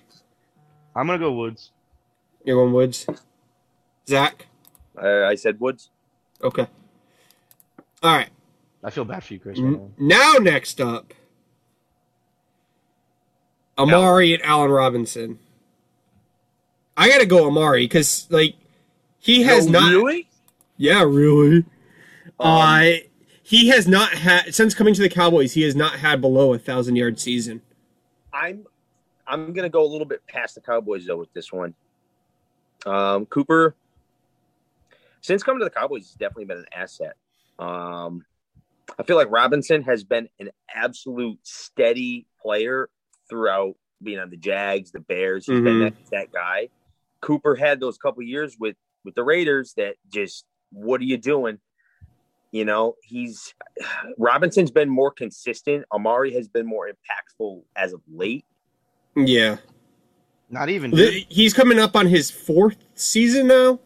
[SPEAKER 3] I'm gonna go Woods.
[SPEAKER 2] You're going Woods, Zach.
[SPEAKER 4] Uh, I said Woods.
[SPEAKER 2] Okay. All right.
[SPEAKER 3] I feel bad for you, Chris. right now.
[SPEAKER 2] N- Now next up, Amari and Allen Robinson. I gotta go Amari because like he has
[SPEAKER 4] No,
[SPEAKER 2] not.
[SPEAKER 4] really.
[SPEAKER 2] Yeah, really.
[SPEAKER 4] Um,
[SPEAKER 2] uh, he has not had since coming to the Cowboys. He has not had below a thousand yard season.
[SPEAKER 4] I'm I'm gonna go a little bit past the Cowboys though with this one. Um, Cooper, since coming to the Cowboys, he's definitely been an asset. Um, I feel like Robinson has been an absolute steady player throughout being on the Jags, the Bears. He's been that, that guy. Cooper had those couple years with with the Raiders that just what are you doing? You know, he's <sighs> Robinson's been more consistent. Amari has been more impactful as of late.
[SPEAKER 2] Yeah,
[SPEAKER 3] Not even. dude.
[SPEAKER 2] Th- he's coming up on his fourth season now.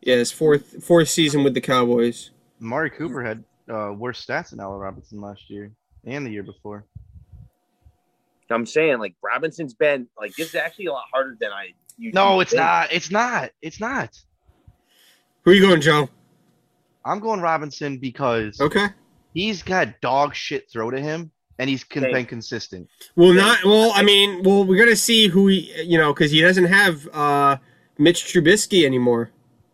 [SPEAKER 2] Yeah, his fourth fourth season with the Cowboys.
[SPEAKER 3] Mari Cooper had uh, worse stats than Allen Robinson last year and the year before.
[SPEAKER 4] I'm saying like Robinson's been like this is actually a lot harder than I. You
[SPEAKER 3] No, it's
[SPEAKER 4] think.
[SPEAKER 3] not. It's not. It's not.
[SPEAKER 2] Who are you going, Joe?
[SPEAKER 3] I'm going Robinson because
[SPEAKER 2] Okay.
[SPEAKER 3] he's got dog shit throw to him, and he's con-
[SPEAKER 4] Same.
[SPEAKER 3] been consistent.
[SPEAKER 2] Well, not well. I mean, well, we're gonna see who he, you know, because he doesn't have uh, Mitch Trubisky anymore.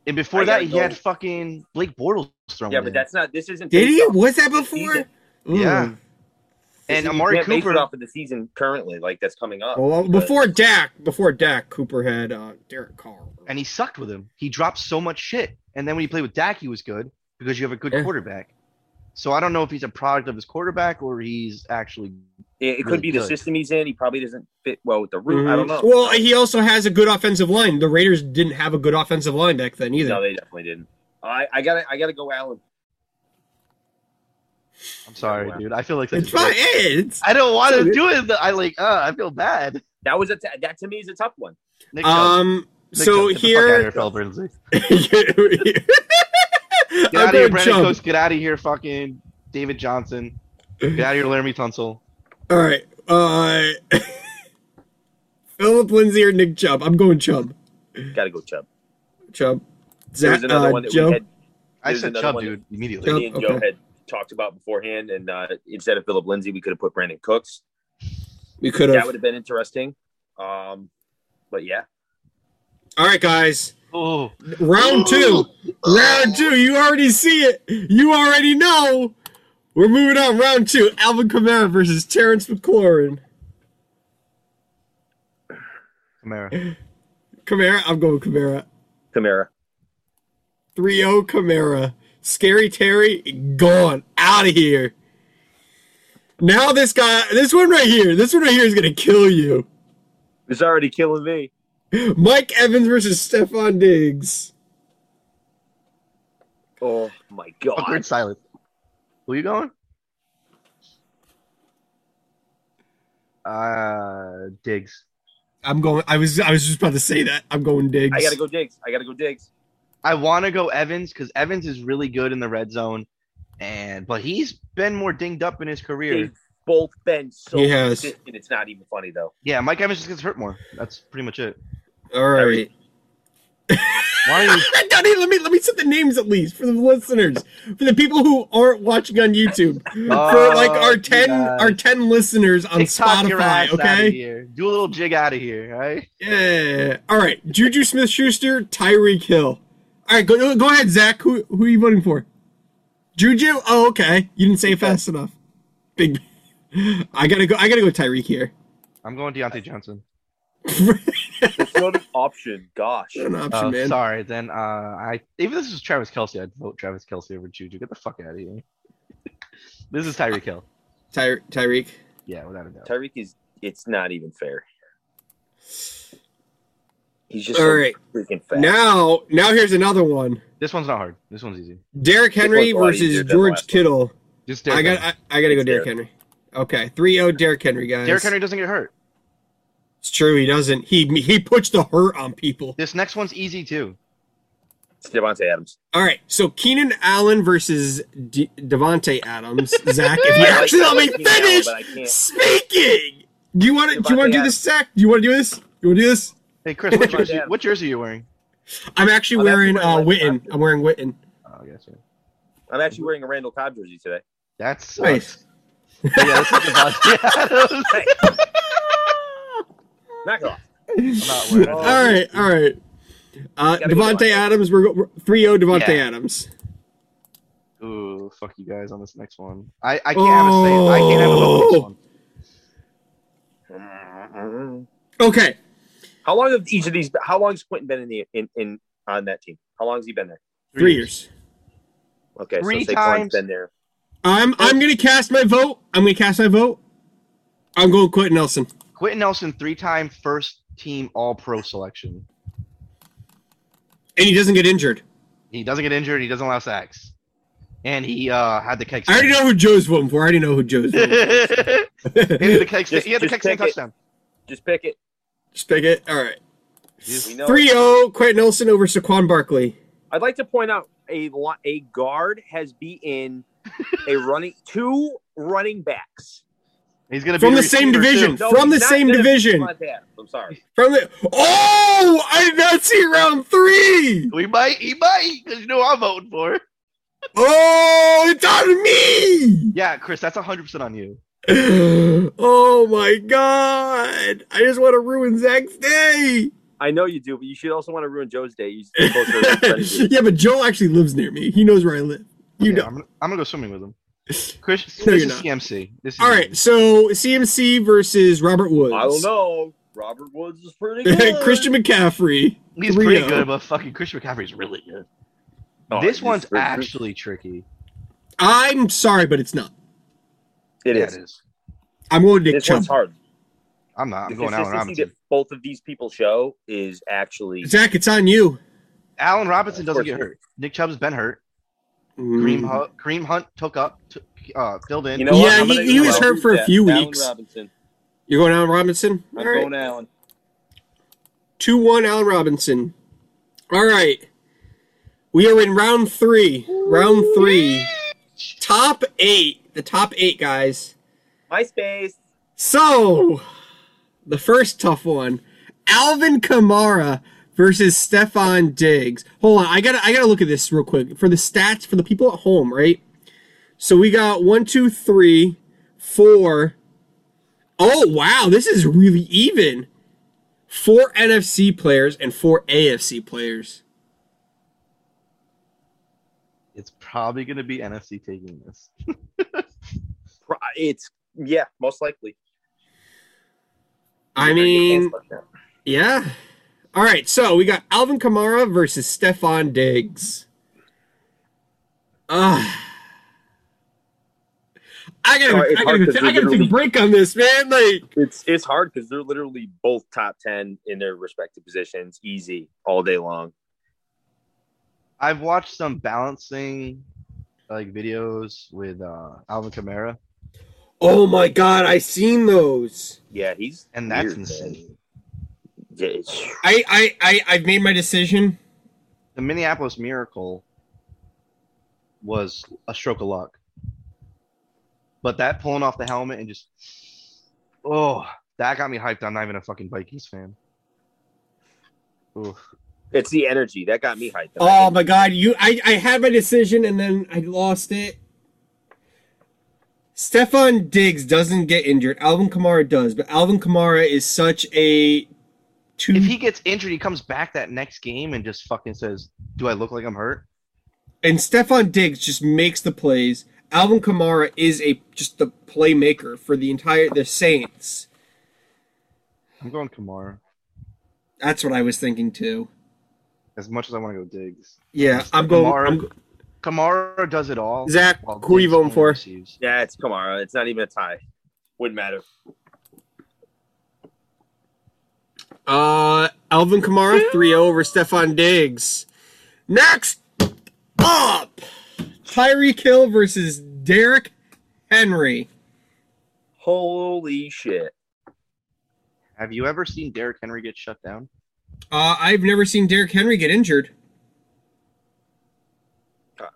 [SPEAKER 3] And before
[SPEAKER 4] I
[SPEAKER 3] that,
[SPEAKER 4] gotta
[SPEAKER 3] he
[SPEAKER 4] go.
[SPEAKER 3] had fucking Blake Bortles throwing. to
[SPEAKER 4] Yeah,
[SPEAKER 3] him.
[SPEAKER 4] but that's not. This isn't.
[SPEAKER 2] Did
[SPEAKER 4] based
[SPEAKER 2] he?
[SPEAKER 4] off-
[SPEAKER 2] Was that before? Hmm.
[SPEAKER 3] yeah.
[SPEAKER 4] this
[SPEAKER 3] And
[SPEAKER 4] is-
[SPEAKER 3] Amari
[SPEAKER 4] you can't base it
[SPEAKER 3] Cooper-
[SPEAKER 4] off of the season currently, like that's coming up.
[SPEAKER 2] Well,
[SPEAKER 4] But
[SPEAKER 2] before Dak, before Dak, Cooper had uh, Derek Carr.
[SPEAKER 3] and he sucked with him. He dropped so much shit. And then when he played with Dak, he was good because you have a good
[SPEAKER 2] Yeah.
[SPEAKER 3] quarterback. So I don't know if he's a product of his quarterback or he's actually
[SPEAKER 4] it, it could
[SPEAKER 3] really
[SPEAKER 4] be the
[SPEAKER 3] good.
[SPEAKER 4] system he's in. He probably doesn't fit well with the route. I don't know.
[SPEAKER 2] Mm-hmm. Well, he also has a good offensive line. The Raiders didn't have a good offensive line back then either.
[SPEAKER 4] no, they definitely didn't. I, I gotta, I gotta go, Allen.
[SPEAKER 3] I'm sorry,
[SPEAKER 4] wow.
[SPEAKER 3] dude. I feel like that's
[SPEAKER 2] it's fine. Hey, it's,
[SPEAKER 3] I don't want
[SPEAKER 2] It's
[SPEAKER 3] to
[SPEAKER 2] okay.
[SPEAKER 3] do it. but I like uh, I feel bad.
[SPEAKER 4] That was a t- that to me is a tough one.
[SPEAKER 3] Nick Chubb.
[SPEAKER 2] um.
[SPEAKER 3] Nick
[SPEAKER 2] So
[SPEAKER 3] Chubb, get the fuck outta
[SPEAKER 2] here,
[SPEAKER 3] Phil Lindsay.
[SPEAKER 2] <laughs>
[SPEAKER 3] Get
[SPEAKER 2] I'm
[SPEAKER 3] out of here,
[SPEAKER 2] going
[SPEAKER 3] Brandon
[SPEAKER 2] Chubb.
[SPEAKER 3] Cooks. Get out of here, fucking David Johnson. Get out of here, Laramie Tunsil.
[SPEAKER 2] All right. Uh, <laughs> Philip Lindsay or Nick Chubb? I'm going Chubb.
[SPEAKER 4] Gotta go, Chubb.
[SPEAKER 2] Chubb.
[SPEAKER 4] There
[SPEAKER 2] Zach,
[SPEAKER 4] was another
[SPEAKER 2] uh,
[SPEAKER 4] one that
[SPEAKER 2] Joe?
[SPEAKER 4] we had.
[SPEAKER 3] I
[SPEAKER 4] There's
[SPEAKER 3] said
[SPEAKER 4] another
[SPEAKER 3] Chubb,
[SPEAKER 4] one.
[SPEAKER 3] dude, immediately.
[SPEAKER 4] that
[SPEAKER 2] Chubb,
[SPEAKER 4] me and Joe
[SPEAKER 2] okay.
[SPEAKER 4] had talked about beforehand, and uh, instead of Philip Lindsay, we could have put Brandon Cooks.
[SPEAKER 2] we could
[SPEAKER 4] That
[SPEAKER 2] have.
[SPEAKER 4] would have been interesting. Um, but yeah,
[SPEAKER 2] All right, guys.
[SPEAKER 3] Oh,
[SPEAKER 2] Round two. Round two. You already see it. You already know. We're moving on. Round two. Alvin Kamara versus Terrence McLaurin.
[SPEAKER 3] Kamara.
[SPEAKER 2] Kamara. I'm going Kamara.
[SPEAKER 4] Kamara.
[SPEAKER 2] 3 0 Kamara. Scary Terry, gone. Out of here. Now this guy, this one right here, this one right here is going to kill you.
[SPEAKER 4] It's already killing me.
[SPEAKER 2] Mike Evans versus Stefan Diggs.
[SPEAKER 4] Oh my
[SPEAKER 3] Awkward
[SPEAKER 4] god.
[SPEAKER 3] silence. Who you going? Uh, Diggs.
[SPEAKER 2] I'm going. I was. I was just about to say that. I'm going digs.
[SPEAKER 4] I gotta go digs. I gotta go digs.
[SPEAKER 3] I want to go Evans because Evans is really good in the red zone, and but he's been more dinged up in his career.
[SPEAKER 4] They've both been so
[SPEAKER 2] He has.
[SPEAKER 4] consistent. It's not even funny though.
[SPEAKER 3] Yeah, Mike Evans just gets hurt more. That's pretty much it.
[SPEAKER 2] All right. <laughs>
[SPEAKER 3] Why are you?
[SPEAKER 2] Don't even- let me let me set the names at least for the listeners, for the people who aren't watching on YouTube, for like our ten
[SPEAKER 3] God.
[SPEAKER 2] our ten listeners on
[SPEAKER 3] Oh, TikTok your
[SPEAKER 2] Spotify.
[SPEAKER 3] ass outta
[SPEAKER 2] Okay.
[SPEAKER 3] here. Do a little jig out of here, all right?
[SPEAKER 2] Yeah. All right. Juju Smith Schuster, Tyreek Hill. All right. Go go ahead, Zach. Who who are you voting for? Juju. Oh, okay. You didn't say it fast enough. Big. <laughs> I gotta go. I gotta go. Tyreek here.
[SPEAKER 3] I'm going Deontay Johnson.
[SPEAKER 4] It's not an option. Gosh.
[SPEAKER 2] An option,
[SPEAKER 3] Uh,
[SPEAKER 2] man.
[SPEAKER 3] sorry, then uh, I even if this is Travis Kelsey, I'd vote Travis Kelsey over Juju. Get the fuck out of here. <laughs> this is Tyreek Hill.
[SPEAKER 2] Ty- Tyreek.
[SPEAKER 3] Yeah, without a doubt.
[SPEAKER 4] Tyreek is. It's not even fair. He's just
[SPEAKER 2] All
[SPEAKER 4] so
[SPEAKER 2] right.
[SPEAKER 4] freaking fast.
[SPEAKER 2] Now, now here's another one.
[SPEAKER 3] This one's not hard. This one's easy.
[SPEAKER 2] Derrick Henry
[SPEAKER 4] one's a lot
[SPEAKER 2] versus
[SPEAKER 4] easier than the
[SPEAKER 2] George
[SPEAKER 4] last one.
[SPEAKER 2] Kittle.
[SPEAKER 3] Just
[SPEAKER 2] I
[SPEAKER 3] Derrick
[SPEAKER 2] got.
[SPEAKER 3] Henry.
[SPEAKER 2] I, I gotta go.
[SPEAKER 4] It's
[SPEAKER 2] Derrick Henry. Okay, 3-0 Derrick Henry guys.
[SPEAKER 3] Derrick Henry doesn't get hurt.
[SPEAKER 2] It's true. He doesn't. He he puts the hurt on people.
[SPEAKER 3] This next one's easy too.
[SPEAKER 4] It's Devontae
[SPEAKER 2] <laughs>
[SPEAKER 4] Adams.
[SPEAKER 2] All right. So Keenan Allen versus D- Devonte Adams. Zach, if you actually
[SPEAKER 4] I
[SPEAKER 2] let me
[SPEAKER 4] like Keenan Allen,
[SPEAKER 2] finish
[SPEAKER 4] but I can't.
[SPEAKER 2] speaking, do you want to? Do you
[SPEAKER 4] Devontae
[SPEAKER 2] want to do
[SPEAKER 4] Adams.
[SPEAKER 2] this, Zach? Do you want to do this? You want to do this? <laughs>
[SPEAKER 3] Hey Chris, what jersey,
[SPEAKER 4] Adams.
[SPEAKER 3] what jersey are you wearing?
[SPEAKER 2] I'm actually
[SPEAKER 4] I'm actually
[SPEAKER 2] wearing uh,
[SPEAKER 4] wearing
[SPEAKER 2] Witten.
[SPEAKER 4] Witten.
[SPEAKER 2] I'm wearing Witten.
[SPEAKER 3] Oh, I guess yeah.
[SPEAKER 4] I'm actually wearing a Randall Cobb jersey today.
[SPEAKER 3] That's
[SPEAKER 2] Nice.
[SPEAKER 3] yeah, that's
[SPEAKER 2] <laughs>
[SPEAKER 3] not <laughs> Devontae Adams.
[SPEAKER 4] Knock it off.
[SPEAKER 3] not
[SPEAKER 2] <laughs>
[SPEAKER 3] wearing it.
[SPEAKER 2] all right. All right. Uh,
[SPEAKER 4] Gotta go
[SPEAKER 2] Devonte
[SPEAKER 4] Devontae.
[SPEAKER 2] Adams. We're, go- we're 3-0 Devonte
[SPEAKER 3] Yeah.
[SPEAKER 2] Adams.
[SPEAKER 3] Ooh, fuck you guys on this next one. I, I can't have a say. I can't have a vote on this
[SPEAKER 2] Oh.
[SPEAKER 3] one.
[SPEAKER 2] Okay.
[SPEAKER 4] How long have each of these? How long has Quentin been in the in, in on that team? How long has he been there?
[SPEAKER 2] Three years.
[SPEAKER 4] Okay,
[SPEAKER 3] Three
[SPEAKER 4] so Saquon's
[SPEAKER 3] times.
[SPEAKER 4] been there.
[SPEAKER 2] I'm I'm gonna cast my vote. I'm gonna cast my vote. I'm going Quentin Nelson.
[SPEAKER 3] Quentin Nelson, three-time first-team All-Pro selection.
[SPEAKER 2] And he doesn't get injured.
[SPEAKER 3] He doesn't get injured. He doesn't allow sacks, and he uh, had the keg.
[SPEAKER 2] I already know who Joe's voting for. I already know who Joe's
[SPEAKER 3] he
[SPEAKER 2] voting for.
[SPEAKER 3] had the keg. stand- <laughs> he had the
[SPEAKER 4] Just-
[SPEAKER 3] keg stand
[SPEAKER 4] just take it.
[SPEAKER 3] touchdown.
[SPEAKER 4] Just pick it.
[SPEAKER 2] <laughs> Just pick it. All right.
[SPEAKER 4] We
[SPEAKER 3] He's-
[SPEAKER 4] know.
[SPEAKER 2] 3 0, oh, Quentin Nelson over Saquon Barkley.
[SPEAKER 4] I'd like to point out a lo- a guard has beaten
[SPEAKER 2] <laughs>
[SPEAKER 4] a running two running backs
[SPEAKER 3] He's gonna be
[SPEAKER 2] From the
[SPEAKER 3] receiver,
[SPEAKER 2] same
[SPEAKER 3] too.
[SPEAKER 2] division.
[SPEAKER 4] No,
[SPEAKER 2] From the
[SPEAKER 4] not
[SPEAKER 2] same
[SPEAKER 4] them.
[SPEAKER 2] division.
[SPEAKER 4] Devontae Adams, I'm sorry.
[SPEAKER 2] From the. Oh! I did not see round three!
[SPEAKER 3] We might. He might because you know I'm voting for.
[SPEAKER 2] Oh! It's on me! <gasps>
[SPEAKER 3] Yeah, Chris, that's 100 percent on you.
[SPEAKER 2] Oh my god! I just want to ruin Zach's day! <laughs>
[SPEAKER 4] I know you do, but you should also want to ruin Joe's day. You both are friends.
[SPEAKER 2] yeah, but Joe actually lives near me. He knows where I live. You
[SPEAKER 3] Yeah,
[SPEAKER 2] know.
[SPEAKER 3] I'm, I'm gonna go swimming
[SPEAKER 2] <laughs>
[SPEAKER 3] with him. Chris,
[SPEAKER 2] No,
[SPEAKER 3] this
[SPEAKER 2] you're
[SPEAKER 3] is
[SPEAKER 2] not.
[SPEAKER 3] CMC. This is
[SPEAKER 2] All right, so CMC versus Robert Woods. <laughs>
[SPEAKER 4] I don't know. Robert Woods is pretty good.
[SPEAKER 2] Christian McCaffrey.
[SPEAKER 3] He's
[SPEAKER 2] Three
[SPEAKER 3] pretty
[SPEAKER 2] oh.
[SPEAKER 3] good, but fucking Christian McCaffrey's really good.
[SPEAKER 4] Oh,
[SPEAKER 3] this
[SPEAKER 4] he's
[SPEAKER 3] one's
[SPEAKER 4] pretty-
[SPEAKER 3] actually tricky.
[SPEAKER 2] I'm sorry, but it's not.
[SPEAKER 4] It
[SPEAKER 3] yeah,
[SPEAKER 4] is.
[SPEAKER 3] it is.
[SPEAKER 2] I'm going to Nick
[SPEAKER 4] This
[SPEAKER 2] Chubb.
[SPEAKER 4] one's hard.
[SPEAKER 3] I'm not. I'm
[SPEAKER 4] the
[SPEAKER 3] going Allen
[SPEAKER 4] consistency
[SPEAKER 3] Robinson.
[SPEAKER 4] that both of these people show is actually
[SPEAKER 2] Zach, it's on you.
[SPEAKER 3] Allen Robinson
[SPEAKER 4] Of
[SPEAKER 3] doesn't
[SPEAKER 4] course
[SPEAKER 3] get
[SPEAKER 4] it Mm.
[SPEAKER 3] hurt. Nick Chubb's been hurt.
[SPEAKER 2] Mm.
[SPEAKER 3] Kareem, Hunt, Kareem Hunt took up, took, uh, filled in.
[SPEAKER 4] You know what?
[SPEAKER 2] Yeah,
[SPEAKER 4] I'm
[SPEAKER 2] he-
[SPEAKER 4] gonna
[SPEAKER 2] he
[SPEAKER 4] go
[SPEAKER 2] was
[SPEAKER 4] Allen.
[SPEAKER 2] hurt for a
[SPEAKER 4] Yeah,
[SPEAKER 2] few
[SPEAKER 4] Allen
[SPEAKER 2] weeks.
[SPEAKER 4] Robinson.
[SPEAKER 2] You're going Allen Robinson?
[SPEAKER 4] I'm
[SPEAKER 2] All right.
[SPEAKER 4] going Allen.
[SPEAKER 2] 2 1 Allen Robinson. All right. We are in round three. Round three. Top eight. The top eight, guys.
[SPEAKER 4] MySpace.
[SPEAKER 2] So, the first tough one Alvin Kamara versus Stefan Diggs. Hold on, I gotta I gotta look at this real quick for the stats for the people at home, right? So we got one, two, three, four. Oh wow, this is really even. Four NFC players and four AFC players.
[SPEAKER 3] It's probably going to be NFC taking this. <laughs>
[SPEAKER 4] Pro- It's yeah, most likely.
[SPEAKER 2] I mean, yeah. All right, so we got Alvin Kamara versus Stefan Diggs. Ah. I gotta,
[SPEAKER 4] Sorry, it's
[SPEAKER 2] I
[SPEAKER 4] hard
[SPEAKER 2] gotta,
[SPEAKER 4] 'cause
[SPEAKER 2] I gotta
[SPEAKER 4] they're
[SPEAKER 2] take a break on this, man. Like,
[SPEAKER 4] it's it's hard because they're literally both top ten in their respective positions, easy all day long.
[SPEAKER 3] I've watched some balancing like videos with uh, Alvin Kamara,
[SPEAKER 2] oh my god, I seen those.
[SPEAKER 4] Yeah, he's
[SPEAKER 3] and that's
[SPEAKER 4] weird, man.
[SPEAKER 3] insane.
[SPEAKER 4] It's,
[SPEAKER 2] I, I, I, I've made my decision.
[SPEAKER 3] The Minneapolis Miracle was a stroke of luck, but that pulling off the helmet and just oh, that got me hyped. I'm not even a fucking Vikings fan. Oof.
[SPEAKER 4] it's the energy that got me hyped.
[SPEAKER 2] Oh my god, you I, I had my decision and then I lost it. Stefan Diggs doesn't get injured. Alvin Kamara does, but Alvin Kamara is such a two
[SPEAKER 3] If he gets injured, he comes back that next game and just fucking says, "Do I look like I'm hurt?"
[SPEAKER 2] and Stefan Diggs just makes the plays. Alvin Kamara is a just the playmaker for the entire the Saints.
[SPEAKER 3] I'm going Kamara
[SPEAKER 2] That's what I was thinking too.
[SPEAKER 3] as much as I want to go Diggs.
[SPEAKER 2] Yeah, I'm going.
[SPEAKER 3] Kamara,
[SPEAKER 2] I'm,
[SPEAKER 3] Kamara does it all.
[SPEAKER 2] Zach,
[SPEAKER 3] while
[SPEAKER 2] who are you
[SPEAKER 3] Diggs
[SPEAKER 2] voting
[SPEAKER 3] only
[SPEAKER 2] for?
[SPEAKER 3] receives.
[SPEAKER 4] yeah, it's Kamara. It's not even a tie. Wouldn't matter.
[SPEAKER 2] Uh, Alvin Kamara 3 over Stefan Diggs. Next up, Tyreek Hill versus Derek Henry.
[SPEAKER 4] Holy shit!
[SPEAKER 3] Have you ever seen Derrick Henry get shut down?
[SPEAKER 2] Uh, I've never seen Derek Henry get injured. I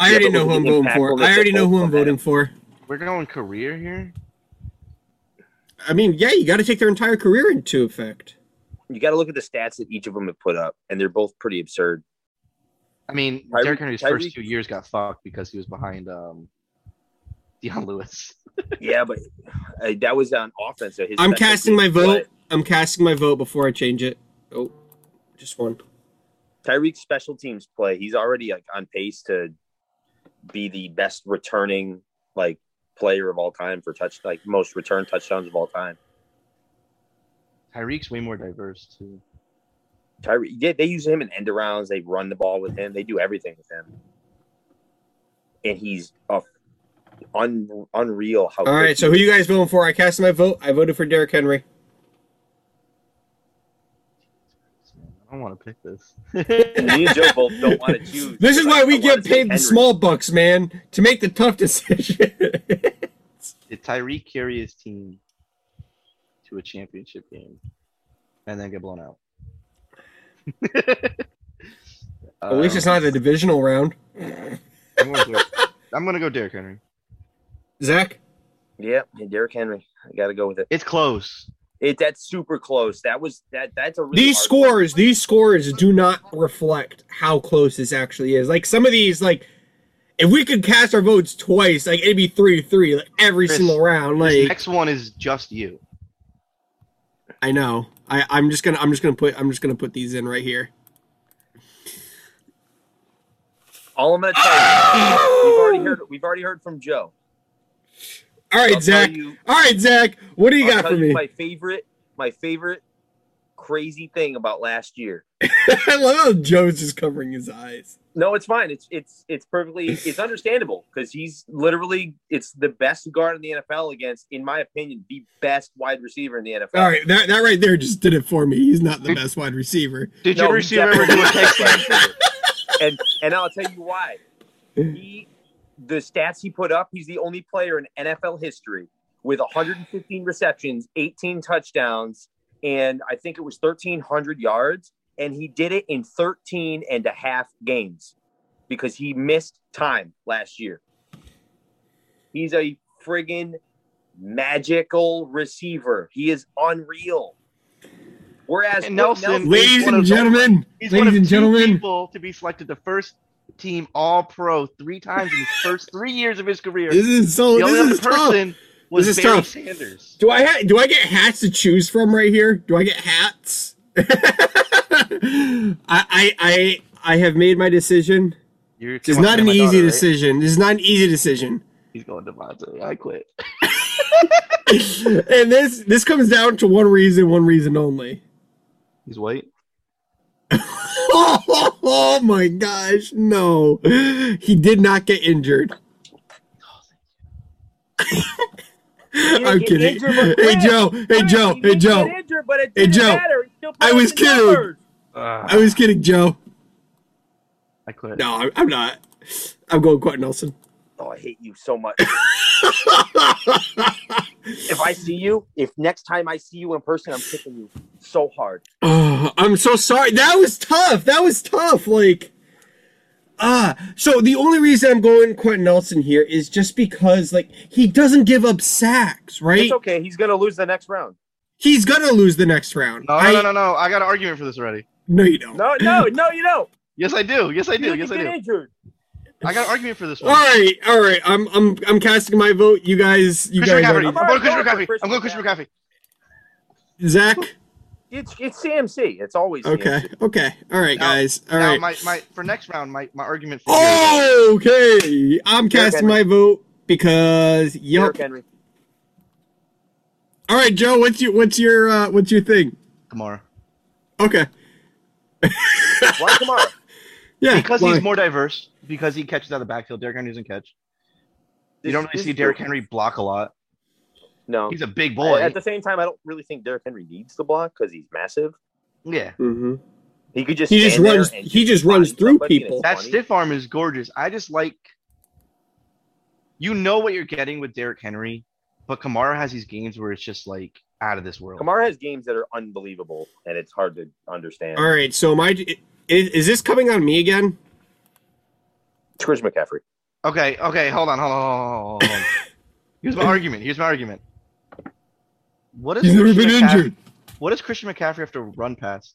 [SPEAKER 4] Yeah,
[SPEAKER 2] already
[SPEAKER 4] but
[SPEAKER 2] know who
[SPEAKER 4] look
[SPEAKER 2] I'm
[SPEAKER 4] at the
[SPEAKER 2] voting
[SPEAKER 4] impact
[SPEAKER 2] for.
[SPEAKER 4] on the
[SPEAKER 2] I already know who I'm
[SPEAKER 4] defense.
[SPEAKER 2] voting for.
[SPEAKER 3] We're going career here.
[SPEAKER 2] I mean, yeah, you got to take their entire career into effect.
[SPEAKER 4] You got to look at the stats that each of them have put up, and they're both pretty absurd.
[SPEAKER 3] I mean,
[SPEAKER 4] Tyreek-
[SPEAKER 3] Derrick Henry's
[SPEAKER 4] Tyreek-
[SPEAKER 3] first two years got fucked because he was behind um, Deion Lewis. <laughs>
[SPEAKER 4] yeah, but uh, that was on offense. So his
[SPEAKER 2] I'm
[SPEAKER 4] special
[SPEAKER 2] casting my
[SPEAKER 4] teams
[SPEAKER 2] vote. I'm casting my vote before I change it. Oh, just one.
[SPEAKER 4] play- Tyreek's special teams play. He's already like on pace to be the best returning like player of all time for touch, like most return touchdowns of all time.
[SPEAKER 3] Tyreek's way more diverse too.
[SPEAKER 4] Tyree, yeah, they use him in end arounds. They run the ball with him. They do everything with him, and he's a un, unreal. How
[SPEAKER 2] All right, so who you guys voting for? I cast my vote. I voted for Derek Henry.
[SPEAKER 3] I don't want to pick
[SPEAKER 2] <laughs>
[SPEAKER 3] this.
[SPEAKER 4] me and Joe both don't want to choose.
[SPEAKER 2] This is why
[SPEAKER 4] I- I
[SPEAKER 2] we
[SPEAKER 4] wanna
[SPEAKER 2] get
[SPEAKER 4] say
[SPEAKER 2] paid the
[SPEAKER 4] Henry.
[SPEAKER 2] small bucks, man, to make the tough <laughs>
[SPEAKER 4] <laughs>
[SPEAKER 2] decision.
[SPEAKER 3] Did Tyreek carry his team to a championship game and then get blown out?
[SPEAKER 2] <laughs> At least it's not the divisional round.
[SPEAKER 3] Um, I'm gonna, go, I'm gonna go Derrick Henry.
[SPEAKER 2] Zach,
[SPEAKER 4] Yeah, Derrick Henry. I got to go with it.
[SPEAKER 3] It's close.
[SPEAKER 4] It that's super close. That was that. That's a really
[SPEAKER 2] these
[SPEAKER 4] hard
[SPEAKER 2] scores, these scores do not reflect how close this actually is. Like some of these, like if we could cast our votes twice, like it'd be three to three, like every
[SPEAKER 3] Chris,
[SPEAKER 2] single round. Like
[SPEAKER 3] Next one is just you.
[SPEAKER 2] I know. I, I'm just gonna I'm just gonna put I'm just gonna put these in right here.
[SPEAKER 4] One. All I'm gonna tell you, we've
[SPEAKER 2] <gasps>
[SPEAKER 4] already heard. We've already heard from Joe.
[SPEAKER 2] All
[SPEAKER 4] I'll
[SPEAKER 2] right,
[SPEAKER 4] tell
[SPEAKER 2] Zach.
[SPEAKER 4] you-
[SPEAKER 2] All right, Zach. What do you
[SPEAKER 4] I'll
[SPEAKER 2] got
[SPEAKER 4] tell
[SPEAKER 2] for
[SPEAKER 4] you
[SPEAKER 2] me?
[SPEAKER 4] My favorite, my favorite crazy thing about last year.
[SPEAKER 2] <laughs> I love how Joe's just covering his eyes.
[SPEAKER 4] No, it's fine. It's it's it's
[SPEAKER 2] <laughs>
[SPEAKER 4] perfectly it's understandable because he's literally it's the best guard in the NFL against, in my opinion, the best wide receiver in the NFL.
[SPEAKER 2] All right, that, that right there just did it for me. He's not the best wide receiver.
[SPEAKER 3] Did
[SPEAKER 4] No,
[SPEAKER 3] your
[SPEAKER 4] he
[SPEAKER 3] receiver ever
[SPEAKER 2] <laughs>
[SPEAKER 4] definitely
[SPEAKER 3] do a
[SPEAKER 4] is the
[SPEAKER 3] kick?
[SPEAKER 4] best wide receiver. <laughs> and and I'll tell you why. He the stats he put up, he's the only player in NFL history with 115 receptions, 18 touchdowns, and I think it was 1300 yards and he did it in 13 and a half games because he missed time last year. He's a friggin' magical receiver. He is unreal. Whereas
[SPEAKER 3] And Nelson-
[SPEAKER 4] Nelson
[SPEAKER 2] Ladies
[SPEAKER 3] one
[SPEAKER 2] and
[SPEAKER 3] of-
[SPEAKER 2] gentlemen,
[SPEAKER 3] He's one
[SPEAKER 2] ladies
[SPEAKER 3] of
[SPEAKER 2] and
[SPEAKER 3] two
[SPEAKER 2] gentlemen,
[SPEAKER 3] people to be selected the first team All Pro three times in his first three years of his career.
[SPEAKER 2] this is so.
[SPEAKER 3] the only
[SPEAKER 2] This
[SPEAKER 3] other
[SPEAKER 2] is tough.
[SPEAKER 3] person was
[SPEAKER 2] This is
[SPEAKER 3] Barry
[SPEAKER 2] tough.
[SPEAKER 3] Sanders.
[SPEAKER 2] Do I ha- do I get hats to choose from right here? Do I get hats? <laughs> I, I I I have made my decision.
[SPEAKER 3] You're- you
[SPEAKER 2] This is
[SPEAKER 3] want
[SPEAKER 2] not
[SPEAKER 3] to
[SPEAKER 2] an
[SPEAKER 3] be my
[SPEAKER 2] easy
[SPEAKER 3] daughter, right?
[SPEAKER 2] decision. This is not an easy decision.
[SPEAKER 3] He's going Devontae. I quit.
[SPEAKER 2] and this this comes down to one reason, one reason only. <laughs>
[SPEAKER 3] He's white.
[SPEAKER 2] Oh, my gosh, no. He did not get injured. I'm
[SPEAKER 4] get
[SPEAKER 2] kidding.
[SPEAKER 4] injured, but
[SPEAKER 2] Hey
[SPEAKER 4] quit.
[SPEAKER 2] Joe, hey Joe, hey Joe.
[SPEAKER 4] Injured, but it
[SPEAKER 2] Hey,
[SPEAKER 4] didn't
[SPEAKER 2] Joe.
[SPEAKER 4] matter. He still
[SPEAKER 2] I
[SPEAKER 4] put
[SPEAKER 2] was
[SPEAKER 4] up the
[SPEAKER 2] kidding.
[SPEAKER 4] numbers.
[SPEAKER 2] I was kidding, Joe.
[SPEAKER 3] Ah, I quit.
[SPEAKER 2] No, I'm, I'm not. I'm going Quentin Nelson.
[SPEAKER 4] Oh, I hate you so much. if I see you, if next time I see you in person, I'm kicking you so hard.
[SPEAKER 2] Oh, I'm so sorry. That was tough. That was tough. Like, ah. So the only reason I'm going Quentin Nelson here is just because, like, he doesn't give up sacks, right?
[SPEAKER 4] It's okay. He's gonna lose the next round.
[SPEAKER 2] He's gonna lose the next round.
[SPEAKER 3] No,
[SPEAKER 2] I-
[SPEAKER 3] no, no, no. I got an argument for this already.
[SPEAKER 2] No, you don't.
[SPEAKER 4] No,
[SPEAKER 2] <laughs>
[SPEAKER 4] no, no. You don't.
[SPEAKER 3] Yes, I do. Yes, I
[SPEAKER 4] You
[SPEAKER 3] do. Yes,
[SPEAKER 4] can
[SPEAKER 3] I
[SPEAKER 4] get
[SPEAKER 3] do.
[SPEAKER 4] injured.
[SPEAKER 3] I got an argument for this
[SPEAKER 2] All
[SPEAKER 3] one.
[SPEAKER 2] right, all right. I'm, I'm, I'm casting my vote. You guys, you
[SPEAKER 3] Christian
[SPEAKER 2] guys.
[SPEAKER 3] McCaffrey.
[SPEAKER 2] Already,
[SPEAKER 3] I'm <laughs> going Christian
[SPEAKER 4] going for
[SPEAKER 3] McCaffrey.
[SPEAKER 4] Christian
[SPEAKER 3] I'm going Christian McCaffrey.
[SPEAKER 2] Zach.
[SPEAKER 4] It's it's CMC. It's always
[SPEAKER 2] Okay,
[SPEAKER 4] CMC.
[SPEAKER 2] okay. All right,
[SPEAKER 3] Now-
[SPEAKER 2] guys. All
[SPEAKER 3] Now,
[SPEAKER 2] right. Oh!
[SPEAKER 3] my, my for next round, my, my argument for
[SPEAKER 2] Okay, I'm casting
[SPEAKER 4] Henry.
[SPEAKER 2] my vote because
[SPEAKER 4] Derrick
[SPEAKER 2] yup.
[SPEAKER 4] Henry.
[SPEAKER 2] All right, Joe. What's your, what's your, uh, what's your thing?
[SPEAKER 3] Kamara
[SPEAKER 2] Okay.
[SPEAKER 4] Why
[SPEAKER 2] <laughs>
[SPEAKER 4] Kamara?
[SPEAKER 2] Yeah.
[SPEAKER 3] because
[SPEAKER 2] why?
[SPEAKER 3] he's more diverse. Because he catches out of the backfield. Derrick Henry doesn't catch. You
[SPEAKER 4] This-
[SPEAKER 3] don't really
[SPEAKER 4] this
[SPEAKER 3] see
[SPEAKER 4] is
[SPEAKER 3] Derrick
[SPEAKER 4] true.
[SPEAKER 3] Henry block a lot.
[SPEAKER 4] No.
[SPEAKER 3] He's a big boy.
[SPEAKER 4] At the same time, I don't really think Derrick Henry needs the block because he's massive.
[SPEAKER 3] yeah,
[SPEAKER 2] Mhm.
[SPEAKER 4] He could just
[SPEAKER 2] He just
[SPEAKER 4] stand there
[SPEAKER 2] runs.
[SPEAKER 4] and
[SPEAKER 2] He just runs
[SPEAKER 4] find
[SPEAKER 2] through
[SPEAKER 4] somebody and
[SPEAKER 2] people.
[SPEAKER 4] it's-
[SPEAKER 3] that
[SPEAKER 4] 20.
[SPEAKER 3] stiff arm is gorgeous. I just like you know what you're getting with Derrick Henry, but Kamara has these games where it's just like out of this world.
[SPEAKER 4] Kamara has games that are unbelievable, and it's hard to understand.
[SPEAKER 2] All right. So my is, is this coming on me again?
[SPEAKER 4] It's Chris McCaffrey.
[SPEAKER 3] Okay, okay, hold on, hold on, hold on, hold on,
[SPEAKER 4] <laughs>
[SPEAKER 3] hold on. Here's my argument. Here's my argument. What is
[SPEAKER 2] He's never been
[SPEAKER 3] Christian McCaff-
[SPEAKER 2] injured.
[SPEAKER 3] What does Christian McCaffrey have to run past?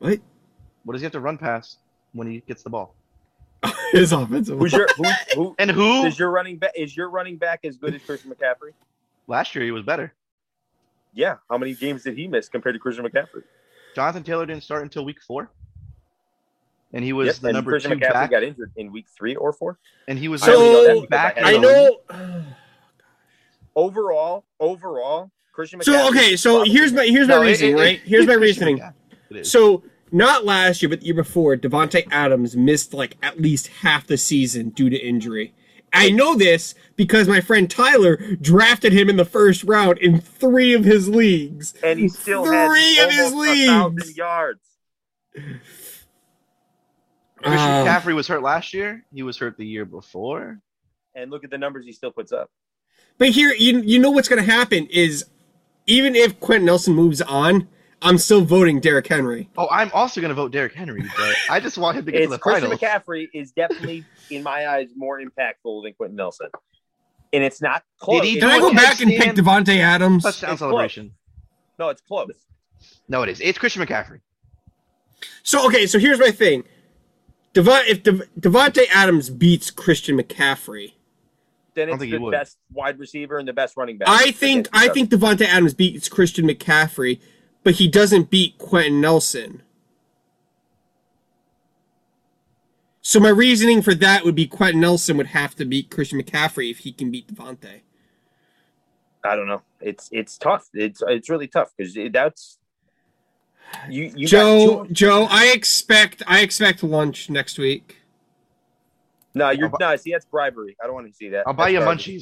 [SPEAKER 2] What?
[SPEAKER 3] What does he have to run past when he gets the ball?
[SPEAKER 2] His offensive.
[SPEAKER 4] Who's your who, who
[SPEAKER 3] And who
[SPEAKER 4] is your running back? Is your running back as good as Christian McCaffrey?
[SPEAKER 3] last year he was better.
[SPEAKER 4] Yeah. How many games did he miss compared to Christian McCaffrey?
[SPEAKER 3] Jonathan Taylor didn't start until week four, and he was
[SPEAKER 4] Yes,
[SPEAKER 3] the
[SPEAKER 4] and
[SPEAKER 3] number
[SPEAKER 4] Christian
[SPEAKER 3] two
[SPEAKER 4] McCaffrey
[SPEAKER 3] back,
[SPEAKER 4] got injured in week three or four.
[SPEAKER 3] and he was
[SPEAKER 2] So-
[SPEAKER 3] the
[SPEAKER 4] only
[SPEAKER 3] lead
[SPEAKER 4] that
[SPEAKER 3] back.
[SPEAKER 4] because had
[SPEAKER 2] I
[SPEAKER 4] him.
[SPEAKER 2] know.
[SPEAKER 4] Overall, overall, Christian McCaffrey.
[SPEAKER 2] So okay. So
[SPEAKER 4] probably-
[SPEAKER 2] here's my here's my
[SPEAKER 3] No, it-
[SPEAKER 2] reasoning.
[SPEAKER 3] it-
[SPEAKER 2] Right. Here's my
[SPEAKER 3] it's Christian
[SPEAKER 2] reasoning.
[SPEAKER 3] McCaffrey. It is.
[SPEAKER 2] So not last year, but the year before, Devonte Adams missed like at least half the season due to injury. I know this because my friend Tyler drafted him in the first round in three of his leagues.
[SPEAKER 4] and he still
[SPEAKER 2] Three
[SPEAKER 4] had
[SPEAKER 2] of his
[SPEAKER 4] almost a thousand
[SPEAKER 2] leagues.
[SPEAKER 4] yards.
[SPEAKER 3] Christian
[SPEAKER 2] Uh,
[SPEAKER 3] McCaffrey was hurt last year. He was hurt the year before.
[SPEAKER 4] And look at the numbers he still puts up.
[SPEAKER 2] But here, you, you know what's going to happen is even if Quentin Nelson moves on, I'm still voting Derrick Henry.
[SPEAKER 3] Oh, I'm also going to vote Derrick Henry, but I just want him to get to
[SPEAKER 4] It's
[SPEAKER 3] the
[SPEAKER 4] Christian
[SPEAKER 3] finals.
[SPEAKER 4] McCaffrey is definitely, in my eyes, more impactful than Quentin Nelson, and it's not close.
[SPEAKER 3] Did he
[SPEAKER 4] It's
[SPEAKER 2] Can I go
[SPEAKER 4] close.
[SPEAKER 2] back and pick Devonte Adams?
[SPEAKER 3] Touchdown
[SPEAKER 4] It's
[SPEAKER 3] celebration.
[SPEAKER 4] No, it's close.
[SPEAKER 3] No, it is. It's Christian McCaffrey.
[SPEAKER 2] So okay, so here's my thing. Devon, if Dev- Devonte Adams beats Christian McCaffrey,
[SPEAKER 4] Then
[SPEAKER 3] I don't
[SPEAKER 4] it's
[SPEAKER 3] think he
[SPEAKER 4] the
[SPEAKER 3] would.
[SPEAKER 4] best wide receiver and the best running back.
[SPEAKER 2] I think
[SPEAKER 4] against each
[SPEAKER 2] I
[SPEAKER 4] other.
[SPEAKER 2] think Devonte Adams beats Christian McCaffrey, but he doesn't beat Quentin Nelson. So my reasoning for that would be Quentin Nelson would have to beat Christian McCaffrey if he can beat Devonte.
[SPEAKER 4] I don't know. It's it's tough. It's it's really tough because that's you. You
[SPEAKER 2] Joe,
[SPEAKER 4] Got two,
[SPEAKER 2] Joe, I expect I expect lunch next week. <laughs>
[SPEAKER 4] no, you're
[SPEAKER 3] I'll bu-
[SPEAKER 4] no. See, that's bribery. I don't want to see that.
[SPEAKER 3] I'll buy
[SPEAKER 4] That's
[SPEAKER 3] you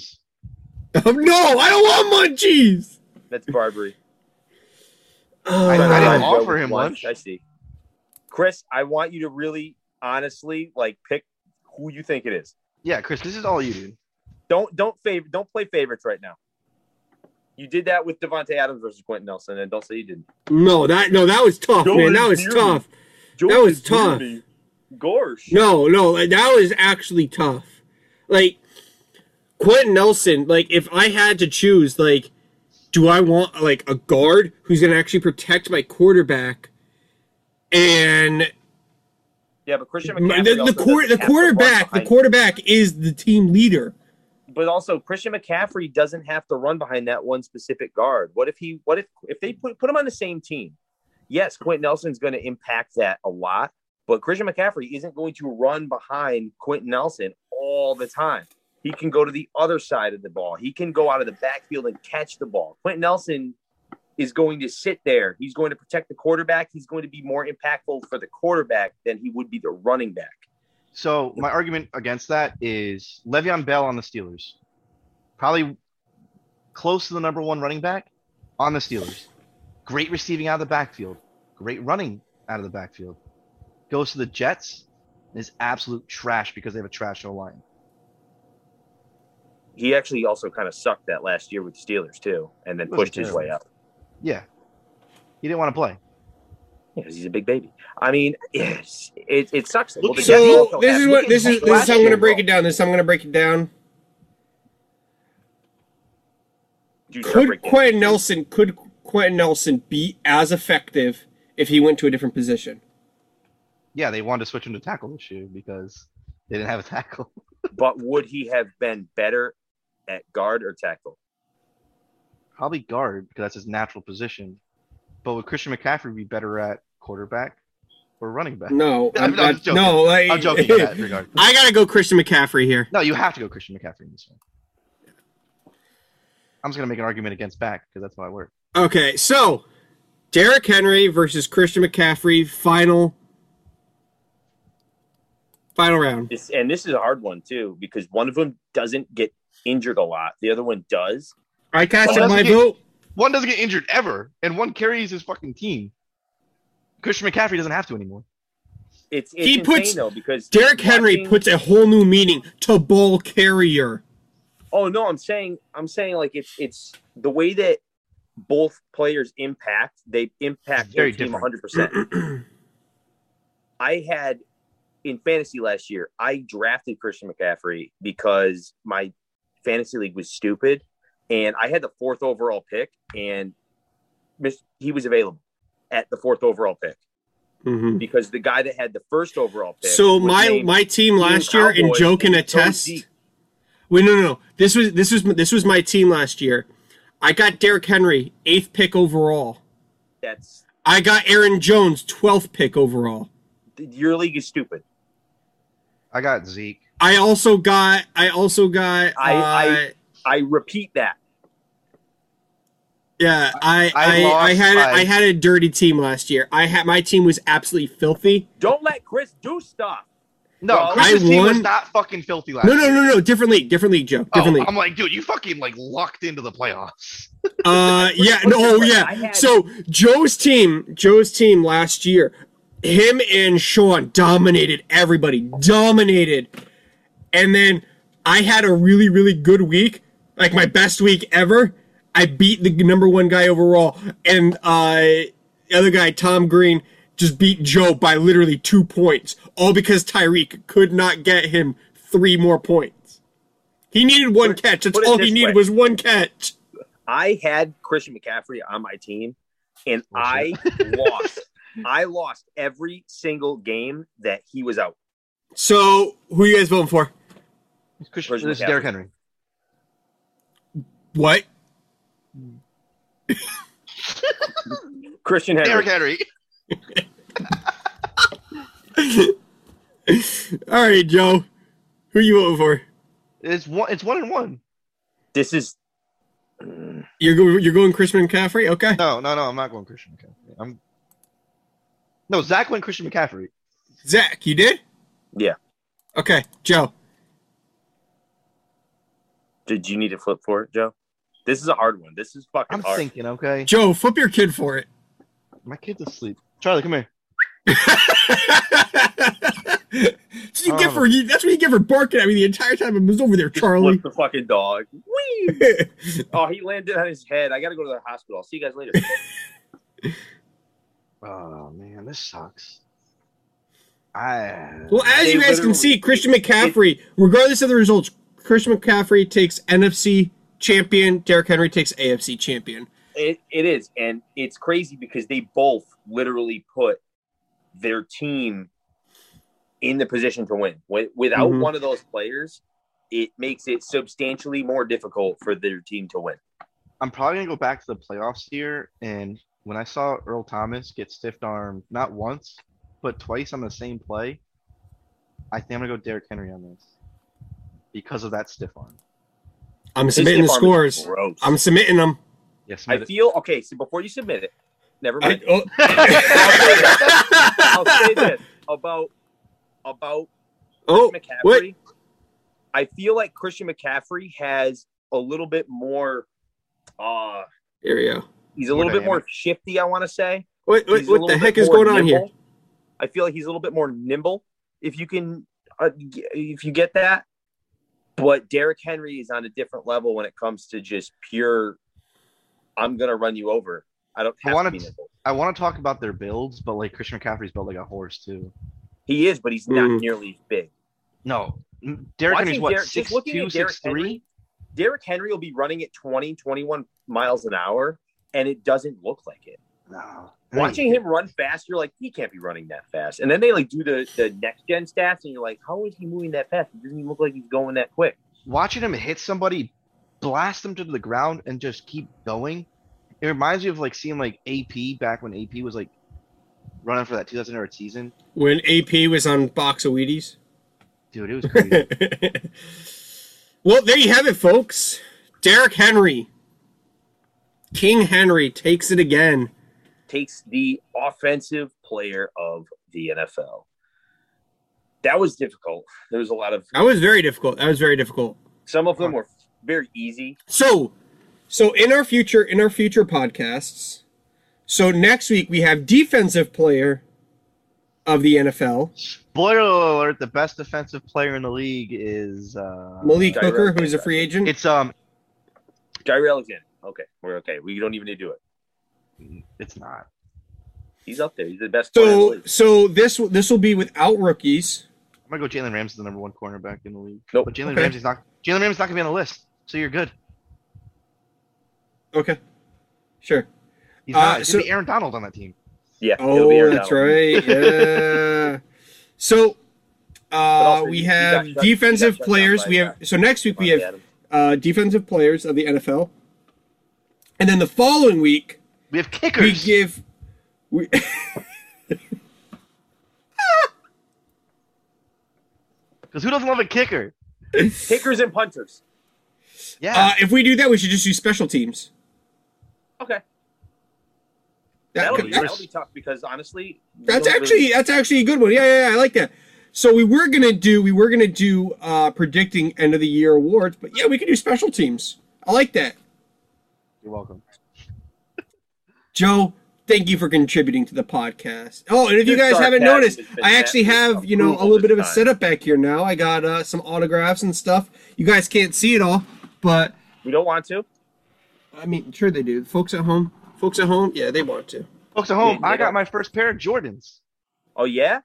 [SPEAKER 3] munchies.
[SPEAKER 4] bribery.
[SPEAKER 2] Oh, no, I don't want munchies.
[SPEAKER 4] That's bribery.
[SPEAKER 3] <laughs> I
[SPEAKER 4] But
[SPEAKER 3] didn't
[SPEAKER 4] I'm
[SPEAKER 2] Oh,
[SPEAKER 3] offer
[SPEAKER 4] joking.
[SPEAKER 3] him lunch.
[SPEAKER 4] I see. Chris, I want you to really honestly like pick who you think it is.
[SPEAKER 3] Yeah, Chris, this is all you, dude.
[SPEAKER 4] Don't don't favor don't play favorites right now. You did that with Devonte Adams versus Quentin Nelson, and don't say you didn't.
[SPEAKER 2] no, that no, that was tough,
[SPEAKER 4] Joe
[SPEAKER 2] man.
[SPEAKER 4] is
[SPEAKER 2] That was
[SPEAKER 4] beauty.
[SPEAKER 2] tough.
[SPEAKER 4] George
[SPEAKER 2] was
[SPEAKER 4] is
[SPEAKER 2] tough.
[SPEAKER 4] really- Gorsh.
[SPEAKER 2] No, no, like, that was actually tough. Like Quentin Nelson, like if I had to choose, like, do I want like a guard who's gonna actually protect my quarterback? And
[SPEAKER 4] Yeah, but Christian
[SPEAKER 2] my-
[SPEAKER 4] McCaffrey.
[SPEAKER 2] the, the,
[SPEAKER 4] also
[SPEAKER 2] quar- the
[SPEAKER 4] doesn't have
[SPEAKER 2] quarterback,
[SPEAKER 4] run
[SPEAKER 2] the
[SPEAKER 4] behind-
[SPEAKER 2] quarterback is the team leader.
[SPEAKER 4] But also Christian McCaffrey doesn't have to run behind that one specific guard. What if he? What if if they put put him on the same team? Yes, Quentin Nelson's going to impact that a lot, but Christian McCaffrey isn't going to run behind Quentin Nelson all the time. He can go to the other side of the ball. He can go out of the backfield and catch the ball. Quentin Nelson is going to sit there. He's going to protect the quarterback. He's going to be more impactful for the quarterback than he would be the running back.
[SPEAKER 3] So my argument against that is Le'Veon Bell on the Steelers, probably close to the number one running back on the Steelers. Great receiving out of the backfield, great running out of the backfield. Goes to the Jets, is absolute trash because they have a trash O line.
[SPEAKER 4] He actually also kind of sucked that last year with the Steelers too, and then
[SPEAKER 3] He wasn't
[SPEAKER 4] pushed his
[SPEAKER 3] terrible.
[SPEAKER 4] way up
[SPEAKER 3] Yeah, he didn't want to play.
[SPEAKER 4] because he's a big baby. I mean, yes, it, it sucks. Well, the Jets
[SPEAKER 2] So
[SPEAKER 4] also
[SPEAKER 2] this
[SPEAKER 4] have-
[SPEAKER 2] is
[SPEAKER 4] look
[SPEAKER 2] what
[SPEAKER 4] at
[SPEAKER 2] this is this is
[SPEAKER 4] last
[SPEAKER 2] how I'm
[SPEAKER 4] year,
[SPEAKER 2] gonna break
[SPEAKER 4] though.
[SPEAKER 2] it down. This is how I'm gonna break it down.
[SPEAKER 4] You start
[SPEAKER 2] Could
[SPEAKER 4] breaking it
[SPEAKER 2] Quentin Nelson could Quentin Nelson be as effective if he went to a different position?
[SPEAKER 3] Yeah, they wanted to switch him to tackle this year because they didn't have a tackle. <laughs>
[SPEAKER 4] but would he have been better at guard or tackle?
[SPEAKER 3] Probably guard because that's his natural position. But would Christian McCaffrey be better at quarterback or running back?
[SPEAKER 2] No,
[SPEAKER 3] I'm-
[SPEAKER 2] I'm,
[SPEAKER 3] I'm
[SPEAKER 2] I'm-
[SPEAKER 3] joking.
[SPEAKER 2] no, like,
[SPEAKER 3] I'm joking in that regard.
[SPEAKER 2] <laughs> I gotta go Christian McCaffrey here.
[SPEAKER 3] No, you have to go Christian McCaffrey in this one. I'm just gonna make an argument against back because that's how I work.
[SPEAKER 2] Okay, so Derrick Henry versus Christian McCaffrey final final round.
[SPEAKER 4] This and this is a hard one too because one of them doesn't get injured a lot, the other one does.
[SPEAKER 2] I casted
[SPEAKER 3] Well,
[SPEAKER 2] my
[SPEAKER 3] that's a-
[SPEAKER 2] vote.
[SPEAKER 3] One doesn't get injured ever, and one carries his fucking team. Christian McCaffrey doesn't have to anymore.
[SPEAKER 4] It's, it's
[SPEAKER 2] He
[SPEAKER 4] insane
[SPEAKER 2] puts-
[SPEAKER 4] though because
[SPEAKER 2] Derrick Henry
[SPEAKER 4] watching-
[SPEAKER 2] puts a whole new meaning to ball carrier.
[SPEAKER 4] Oh no, I'm saying I'm saying like it's it's the way that both players impact. They impact
[SPEAKER 3] Very
[SPEAKER 4] their team
[SPEAKER 3] different.
[SPEAKER 4] 100. percent
[SPEAKER 3] <clears throat>
[SPEAKER 4] I had in fantasy last year. I drafted Christian McCaffrey because my fantasy league was stupid, and I had the fourth overall pick, and mis- he was available at the fourth overall pick
[SPEAKER 2] Mm-hmm.
[SPEAKER 4] because the guy that had the first overall pick.
[SPEAKER 2] So
[SPEAKER 4] was
[SPEAKER 2] my
[SPEAKER 4] named-
[SPEAKER 2] my team last
[SPEAKER 4] Team
[SPEAKER 2] year, and
[SPEAKER 4] Cowboys
[SPEAKER 2] Joe can
[SPEAKER 4] and
[SPEAKER 2] attest.
[SPEAKER 4] Zeke.
[SPEAKER 2] Wait, no, no, no. This was this was this was my team last year. I got Derrick Henry eighth pick overall.
[SPEAKER 4] that's
[SPEAKER 2] I got Aaron Jones twelfth pick overall.
[SPEAKER 4] your league is stupid.
[SPEAKER 3] I got Zeke.
[SPEAKER 2] I also got I also got
[SPEAKER 4] I- I-
[SPEAKER 2] uh,
[SPEAKER 4] I repeat that.
[SPEAKER 2] Yeah, I
[SPEAKER 3] I
[SPEAKER 2] I, I,
[SPEAKER 3] lost
[SPEAKER 2] had
[SPEAKER 3] by-
[SPEAKER 2] I had a dirty team last year. I had my team was absolutely filthy.
[SPEAKER 4] Don't let Chris do stuff.
[SPEAKER 3] No,
[SPEAKER 4] Well,
[SPEAKER 3] Christian's
[SPEAKER 2] I
[SPEAKER 3] team was
[SPEAKER 2] won-
[SPEAKER 3] not fucking filthy last.
[SPEAKER 2] No, no,
[SPEAKER 3] year.
[SPEAKER 2] no, no, different league, different league, Joe,
[SPEAKER 3] Oh,
[SPEAKER 2] different league.
[SPEAKER 3] I'm like, dude, you fucking like locked into the playoffs.
[SPEAKER 4] <laughs>
[SPEAKER 2] Uh, yeah, no, oh, yeah.
[SPEAKER 4] I had-
[SPEAKER 2] So Joe's team, Joe's team last year, him and Sean dominated everybody, dominated, and then I had a really, really good week, like my best week ever. I beat the number one guy overall, and uh, the other guy, Tom Green, just beat Joe by literally two points, all because Tyreek could not get him three more points. He needed one
[SPEAKER 4] Put-
[SPEAKER 2] catch. That's
[SPEAKER 4] put it
[SPEAKER 2] all
[SPEAKER 4] this
[SPEAKER 2] he needed
[SPEAKER 4] way.
[SPEAKER 2] was one catch.
[SPEAKER 4] I had Christian McCaffrey on my team, and I lost. I lost every single game that he was out.
[SPEAKER 2] So, who you guys voting for?
[SPEAKER 3] Christian,
[SPEAKER 4] Christian
[SPEAKER 3] this is
[SPEAKER 4] McCaffrey.
[SPEAKER 3] Derrick Henry.
[SPEAKER 2] What?
[SPEAKER 4] Christian Henry.
[SPEAKER 3] Derrick Henry.
[SPEAKER 2] All right, Joe. Who you voting for?
[SPEAKER 3] It's one. It's one and one.
[SPEAKER 4] This is
[SPEAKER 2] You're go- you're going Christian McCaffrey. Okay.
[SPEAKER 3] No, no, no. I'm not going Christian McCaffrey. I'm. No, Zach went Christian McCaffrey.
[SPEAKER 2] Zach, you did?
[SPEAKER 4] Yeah.
[SPEAKER 2] Okay, Joe.
[SPEAKER 4] did you need to flip for it, Joe? This is a hard one. This is fucking
[SPEAKER 3] I'm
[SPEAKER 4] hard.
[SPEAKER 3] thinking. Okay,
[SPEAKER 2] Joe, flip your kid for it. <laughs>
[SPEAKER 3] my kid's asleep. Charlie, come here.
[SPEAKER 2] That's what you get for you, that's what you get for barking at me the entire time I was over there,
[SPEAKER 4] Just
[SPEAKER 2] Charlie.
[SPEAKER 4] <laughs> Flip the fucking dog. Whee! oh, he landed on his head. I got to go to the hospital. I'll see you guys later.
[SPEAKER 3] Oh man, this sucks. I
[SPEAKER 2] <laughs> well, as
[SPEAKER 4] They
[SPEAKER 2] you guys can
[SPEAKER 4] literally-
[SPEAKER 2] see, Christian McCaffrey, regardless of the results, Christian McCaffrey takes NFC champion. Derrick Henry takes AFC champion.
[SPEAKER 4] It, it is, and it's crazy because they both literally put their team in the position to win. Wi- Without
[SPEAKER 2] Mhm.
[SPEAKER 4] one of those players, it makes it substantially more difficult for their team to win.
[SPEAKER 3] I'm probably gonna go back to the playoffs here, and when I saw Earl Thomas get stiff armed not once but twice on the same play, I think I'm gonna go Derrick Henry on this because of that stiff arm.
[SPEAKER 2] I'm
[SPEAKER 4] His
[SPEAKER 2] submitting the
[SPEAKER 4] stiff arm is
[SPEAKER 2] scores.
[SPEAKER 4] gross.
[SPEAKER 2] I'm submitting them.
[SPEAKER 3] Yes,
[SPEAKER 4] I feel okay. So before you submit it, never mind.
[SPEAKER 2] <laughs>
[SPEAKER 4] I'll
[SPEAKER 2] oh,
[SPEAKER 4] say this about about
[SPEAKER 2] oh
[SPEAKER 4] McCaffrey.
[SPEAKER 2] what?
[SPEAKER 4] I feel like Christian McCaffrey has a little bit more. Uh,
[SPEAKER 2] Here we go.
[SPEAKER 4] he's a
[SPEAKER 3] More
[SPEAKER 4] little bit more
[SPEAKER 3] dynamic.
[SPEAKER 4] shifty. I want to say.
[SPEAKER 2] What,
[SPEAKER 4] He's
[SPEAKER 2] what, what
[SPEAKER 4] a little
[SPEAKER 2] the
[SPEAKER 4] bit
[SPEAKER 2] heck is
[SPEAKER 4] more
[SPEAKER 2] going on
[SPEAKER 4] nimble.
[SPEAKER 2] here?
[SPEAKER 4] I feel like he's a little bit more nimble if you can uh, g- if you get that. But Derrick Henry is on a different level when it comes to just pure. I'm gonna run you over. I don't
[SPEAKER 3] I
[SPEAKER 4] have
[SPEAKER 3] wanna
[SPEAKER 4] to be
[SPEAKER 3] t-
[SPEAKER 4] nimble.
[SPEAKER 3] I want to talk about their builds, but like Christian McCaffrey's built like a horse too.
[SPEAKER 4] He is, but he's not
[SPEAKER 2] Hmm.
[SPEAKER 1] Mm.
[SPEAKER 4] nearly as big.
[SPEAKER 3] No, M- Derrick
[SPEAKER 4] Watching
[SPEAKER 3] Henry's what
[SPEAKER 4] Derrick-
[SPEAKER 3] six
[SPEAKER 4] just looking
[SPEAKER 3] two,
[SPEAKER 4] at Derrick
[SPEAKER 3] six three.
[SPEAKER 4] Derrick Henry will be running at 20, 21 miles an hour, and it doesn't look like it.
[SPEAKER 3] No,
[SPEAKER 4] Watching him run fast, you're like, he can't be running that fast. And then they like do the, the next gen stats, and you're like, how is he moving that fast? It doesn't even look like he's going that quick.
[SPEAKER 3] watching him hit somebody, blast them to the ground, and just keep going. It reminds me of like seeing like AP back when AP was like running for that 2008 season.
[SPEAKER 2] When AP was on box of Wheaties.
[SPEAKER 3] Dude, it was crazy.
[SPEAKER 2] <laughs> well, there you have it, folks. Derrick Henry. King Henry takes it again.
[SPEAKER 4] Takes the offensive player of the NFL. That was difficult. There was a lot of
[SPEAKER 2] That was very difficult. That was very difficult.
[SPEAKER 4] some of them were very easy.
[SPEAKER 2] So, so in our future, in our future podcasts, so next week we have defensive player of the NFL,
[SPEAKER 3] Spoiler alert: the best defensive player in the league is uh,
[SPEAKER 2] Malik
[SPEAKER 4] Tyrod
[SPEAKER 2] Hooker, who's a
[SPEAKER 4] Taylor.
[SPEAKER 2] free agent.
[SPEAKER 3] It's um,
[SPEAKER 4] Jair Alexander. Okay, we're okay. We don't even need to do it.
[SPEAKER 3] it's not.
[SPEAKER 4] He's up there. He's the best player. in the
[SPEAKER 2] so,
[SPEAKER 4] league.
[SPEAKER 2] so this this will be without rookies.
[SPEAKER 3] I'm gonna go. Jalen Ramsey's the number one cornerback in the league.
[SPEAKER 4] Nope.
[SPEAKER 3] but Jalen
[SPEAKER 2] Okay.
[SPEAKER 3] Ramsey's not. Jalen Ramsey's not gonna be on the list, so you're good.
[SPEAKER 2] Okay, sure.
[SPEAKER 3] He's
[SPEAKER 2] Uh,
[SPEAKER 3] not. It's gonna
[SPEAKER 2] so-
[SPEAKER 3] be Aaron Donald on that team.
[SPEAKER 4] Yeah. it'll be
[SPEAKER 2] Oh,
[SPEAKER 4] Aaron
[SPEAKER 2] that's
[SPEAKER 4] Donald.
[SPEAKER 2] right. Yeah.
[SPEAKER 4] <laughs>
[SPEAKER 2] so uh,
[SPEAKER 4] also,
[SPEAKER 2] we
[SPEAKER 4] you
[SPEAKER 2] have
[SPEAKER 4] got shut-
[SPEAKER 2] defensive
[SPEAKER 4] you got shut down
[SPEAKER 2] players.
[SPEAKER 4] by
[SPEAKER 2] We have so next week we
[SPEAKER 4] Devontae
[SPEAKER 2] have
[SPEAKER 4] Adams.
[SPEAKER 2] uh, defensive players of the NFL, and then the following week
[SPEAKER 3] We have
[SPEAKER 2] we
[SPEAKER 3] kickers.
[SPEAKER 2] give we.
[SPEAKER 3] Because who doesn't love a kicker?
[SPEAKER 4] kickers and punters.
[SPEAKER 3] Yeah.
[SPEAKER 2] Uh, if we do that, we should just do special teams.
[SPEAKER 4] Okay.
[SPEAKER 2] That-
[SPEAKER 4] That'll, be,
[SPEAKER 2] that-
[SPEAKER 4] that'll be tough because honestly, we
[SPEAKER 2] that's
[SPEAKER 4] don't
[SPEAKER 2] actually
[SPEAKER 4] really-
[SPEAKER 2] that's actually a good one. Yeah, yeah, yeah, I like that. So we were gonna do we were gonna do uh, predicting end of the year awards, but yeah, we could do special teams. I like that.
[SPEAKER 3] You're welcome.
[SPEAKER 2] Joe, thank you for contributing to the podcast. Oh, and if you
[SPEAKER 4] Your
[SPEAKER 2] guys haven't
[SPEAKER 4] sarcasm
[SPEAKER 2] noticed,
[SPEAKER 4] has been
[SPEAKER 2] I actually
[SPEAKER 4] met with
[SPEAKER 2] have you know a
[SPEAKER 4] approval
[SPEAKER 2] little bit of
[SPEAKER 4] this
[SPEAKER 2] a
[SPEAKER 4] time.
[SPEAKER 2] setup back here now. I got uh, some autographs and stuff. You guys can't see it all, but
[SPEAKER 4] we don't want to.
[SPEAKER 2] I mean, sure they do. Folks at home, folks at home, yeah, they want to.
[SPEAKER 3] Folks at home,
[SPEAKER 4] Yeah,
[SPEAKER 3] I
[SPEAKER 4] yeah.
[SPEAKER 3] got my first pair of Jordans.
[SPEAKER 4] Oh yeah,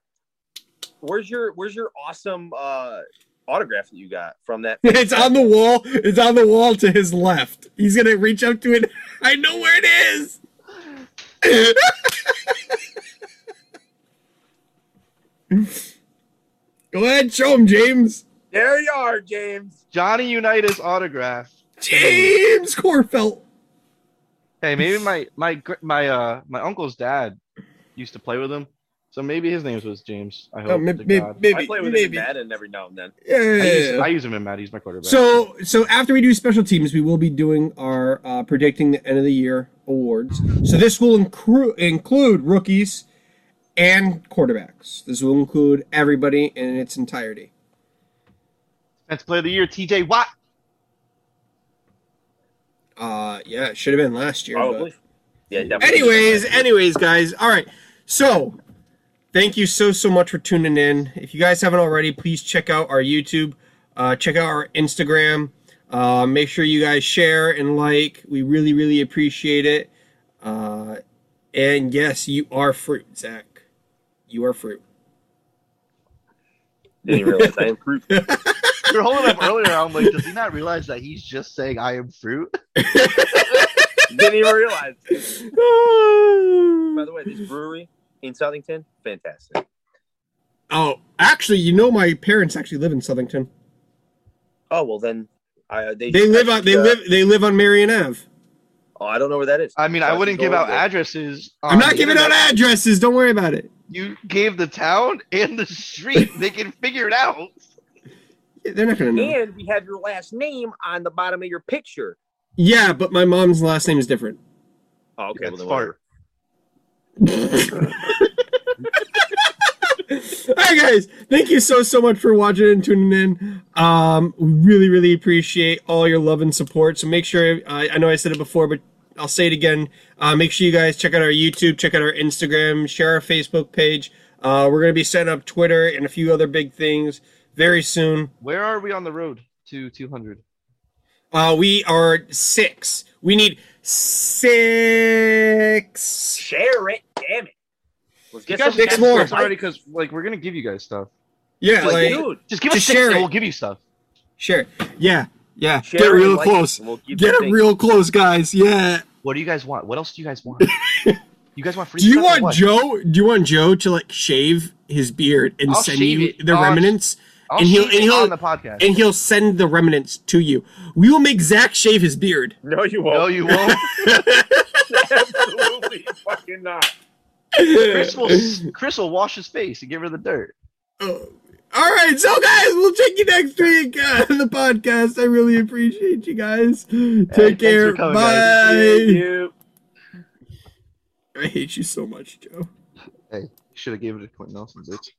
[SPEAKER 4] where's your where's your awesome uh autograph that you got
[SPEAKER 2] <laughs>
[SPEAKER 4] from that?
[SPEAKER 2] It's on the wall. It's on the wall to his left. He's gonna reach up to it. <laughs> I know where it is. <laughs> Go ahead, show him, James.
[SPEAKER 4] There you are, James.
[SPEAKER 3] Johnny Unitas autograph.
[SPEAKER 2] James Corfelt.
[SPEAKER 3] Hey, <laughs> maybe my my gr- my uh my uncle's dad used to play with him, so maybe his name was James. I hope.
[SPEAKER 2] Oh,
[SPEAKER 3] to
[SPEAKER 2] may- may-
[SPEAKER 3] God.
[SPEAKER 2] maybe,
[SPEAKER 4] I play with him
[SPEAKER 2] maybe.
[SPEAKER 4] in Madden every now and then.
[SPEAKER 3] I, use, I
[SPEAKER 2] Yeah.
[SPEAKER 3] use him in Matt. He's my quarterback.
[SPEAKER 2] So, so after we do special teams, we will be doing our uh, predicting the end of the year awards. So this will incru- include rookies and quarterbacks. This will include everybody in its entirety.
[SPEAKER 3] Defense Player of the Year, T.J. Watt.
[SPEAKER 2] Uh, yeah, it should have been last year. but-
[SPEAKER 4] Probably. Yeah. Definitely.
[SPEAKER 2] Anyways, anyways, guys. All right. So, thank you so so much for tuning in. If you guys haven't already, please check out our YouTube, uh, check out our Instagram. Uh, make sure you guys share and like. We really really appreciate it. Uh, and yes, you are fruit, Zach. You are fruit.
[SPEAKER 4] didn't even realize I am
[SPEAKER 2] <laughs>
[SPEAKER 4] fruit.
[SPEAKER 3] You're holding up earlier. I'm like, does he not realize that he's just saying I am fruit?
[SPEAKER 4] didn't even realize. By
[SPEAKER 2] oh,
[SPEAKER 4] the way, this brewery in Southington, fantastic.
[SPEAKER 2] Oh, actually, you know my parents actually live in Southington.
[SPEAKER 4] Oh well, then I, they
[SPEAKER 2] They live on they
[SPEAKER 4] uh,
[SPEAKER 2] live they live on Marion Ave.
[SPEAKER 4] Oh, I don't know where that is.
[SPEAKER 3] I mean, I
[SPEAKER 4] So should
[SPEAKER 3] wouldn't
[SPEAKER 4] go
[SPEAKER 3] give out
[SPEAKER 4] over there.
[SPEAKER 3] addresses. on
[SPEAKER 2] I'm not
[SPEAKER 3] the
[SPEAKER 2] giving out
[SPEAKER 3] internet.
[SPEAKER 2] addresses. Don't worry about it.
[SPEAKER 3] You gave the town and
[SPEAKER 2] <laughs>
[SPEAKER 3] the street. they can figure it out.
[SPEAKER 2] They're not gonna know.
[SPEAKER 4] And we have your last name on the bottom of your picture.
[SPEAKER 2] Yeah, but my mom's last name is different.
[SPEAKER 4] Oh, okay.
[SPEAKER 3] That's
[SPEAKER 4] well, then
[SPEAKER 3] fart.
[SPEAKER 4] whatever.
[SPEAKER 2] All right, guys. Thank you so so much for watching and tuning in. Um, we really really appreciate all your love and support. So make sure uh, I know I said it before, but I'll say it again. Uh, make sure you guys check out our YouTube, check out our Instagram, share our Facebook page. Uh, we're going to be setting up Twitter and a few other big things very soon.
[SPEAKER 3] Where are we on the road to 200?
[SPEAKER 2] Uh, we are six. We need six.
[SPEAKER 4] Share it, damn it. Let's
[SPEAKER 3] You
[SPEAKER 4] get
[SPEAKER 3] guys
[SPEAKER 4] some
[SPEAKER 2] six
[SPEAKER 3] fix
[SPEAKER 4] guests
[SPEAKER 2] more.
[SPEAKER 4] for
[SPEAKER 3] this
[SPEAKER 4] Mike.
[SPEAKER 3] already because like we're gonna give you guys stuff.
[SPEAKER 2] Yeah,
[SPEAKER 4] Like,
[SPEAKER 2] like,
[SPEAKER 4] dude,
[SPEAKER 3] Just give
[SPEAKER 2] Just
[SPEAKER 3] us six,
[SPEAKER 2] share
[SPEAKER 3] and
[SPEAKER 2] it.
[SPEAKER 3] we'll give you stuff.
[SPEAKER 2] share. Yeah, yeah.
[SPEAKER 4] share
[SPEAKER 1] Get
[SPEAKER 4] it,
[SPEAKER 1] real
[SPEAKER 4] like it,
[SPEAKER 1] close.
[SPEAKER 4] and we'll give
[SPEAKER 1] Get
[SPEAKER 4] you
[SPEAKER 1] it
[SPEAKER 4] things.
[SPEAKER 1] real close, guys. Yeah.
[SPEAKER 3] What do you guys want? What else do you
[SPEAKER 2] <laughs>
[SPEAKER 3] guys want? you guys want free?
[SPEAKER 2] Do you
[SPEAKER 3] stuff or
[SPEAKER 2] want
[SPEAKER 3] what?
[SPEAKER 2] Joe? Do you want Joe to like shave his beard and
[SPEAKER 3] I'll
[SPEAKER 2] send
[SPEAKER 3] shave
[SPEAKER 2] you
[SPEAKER 3] it.
[SPEAKER 2] the
[SPEAKER 3] I'll sh-
[SPEAKER 2] remnants?
[SPEAKER 3] I'll
[SPEAKER 2] and he'll-
[SPEAKER 3] shave
[SPEAKER 2] and
[SPEAKER 3] it
[SPEAKER 2] he'll-
[SPEAKER 3] on the podcast.
[SPEAKER 2] and he'll send the remnants to you. We will make Zach shave his beard. <laughs>
[SPEAKER 4] No, you won't.
[SPEAKER 3] no, you won't.
[SPEAKER 4] Absolutely fucking not.
[SPEAKER 2] <laughs>
[SPEAKER 3] Chris will. Chris will wash his face and get rid of the dirt.
[SPEAKER 2] Oh. All right, so guys, we'll check you next week uh, on the podcast. I really appreciate you guys. Take
[SPEAKER 3] thanks
[SPEAKER 2] care.
[SPEAKER 3] for coming,
[SPEAKER 2] Bye.
[SPEAKER 3] guys.
[SPEAKER 4] You-
[SPEAKER 2] I hate you so much, Joe.
[SPEAKER 3] Should have gave it to Quentin Nelson, bitch.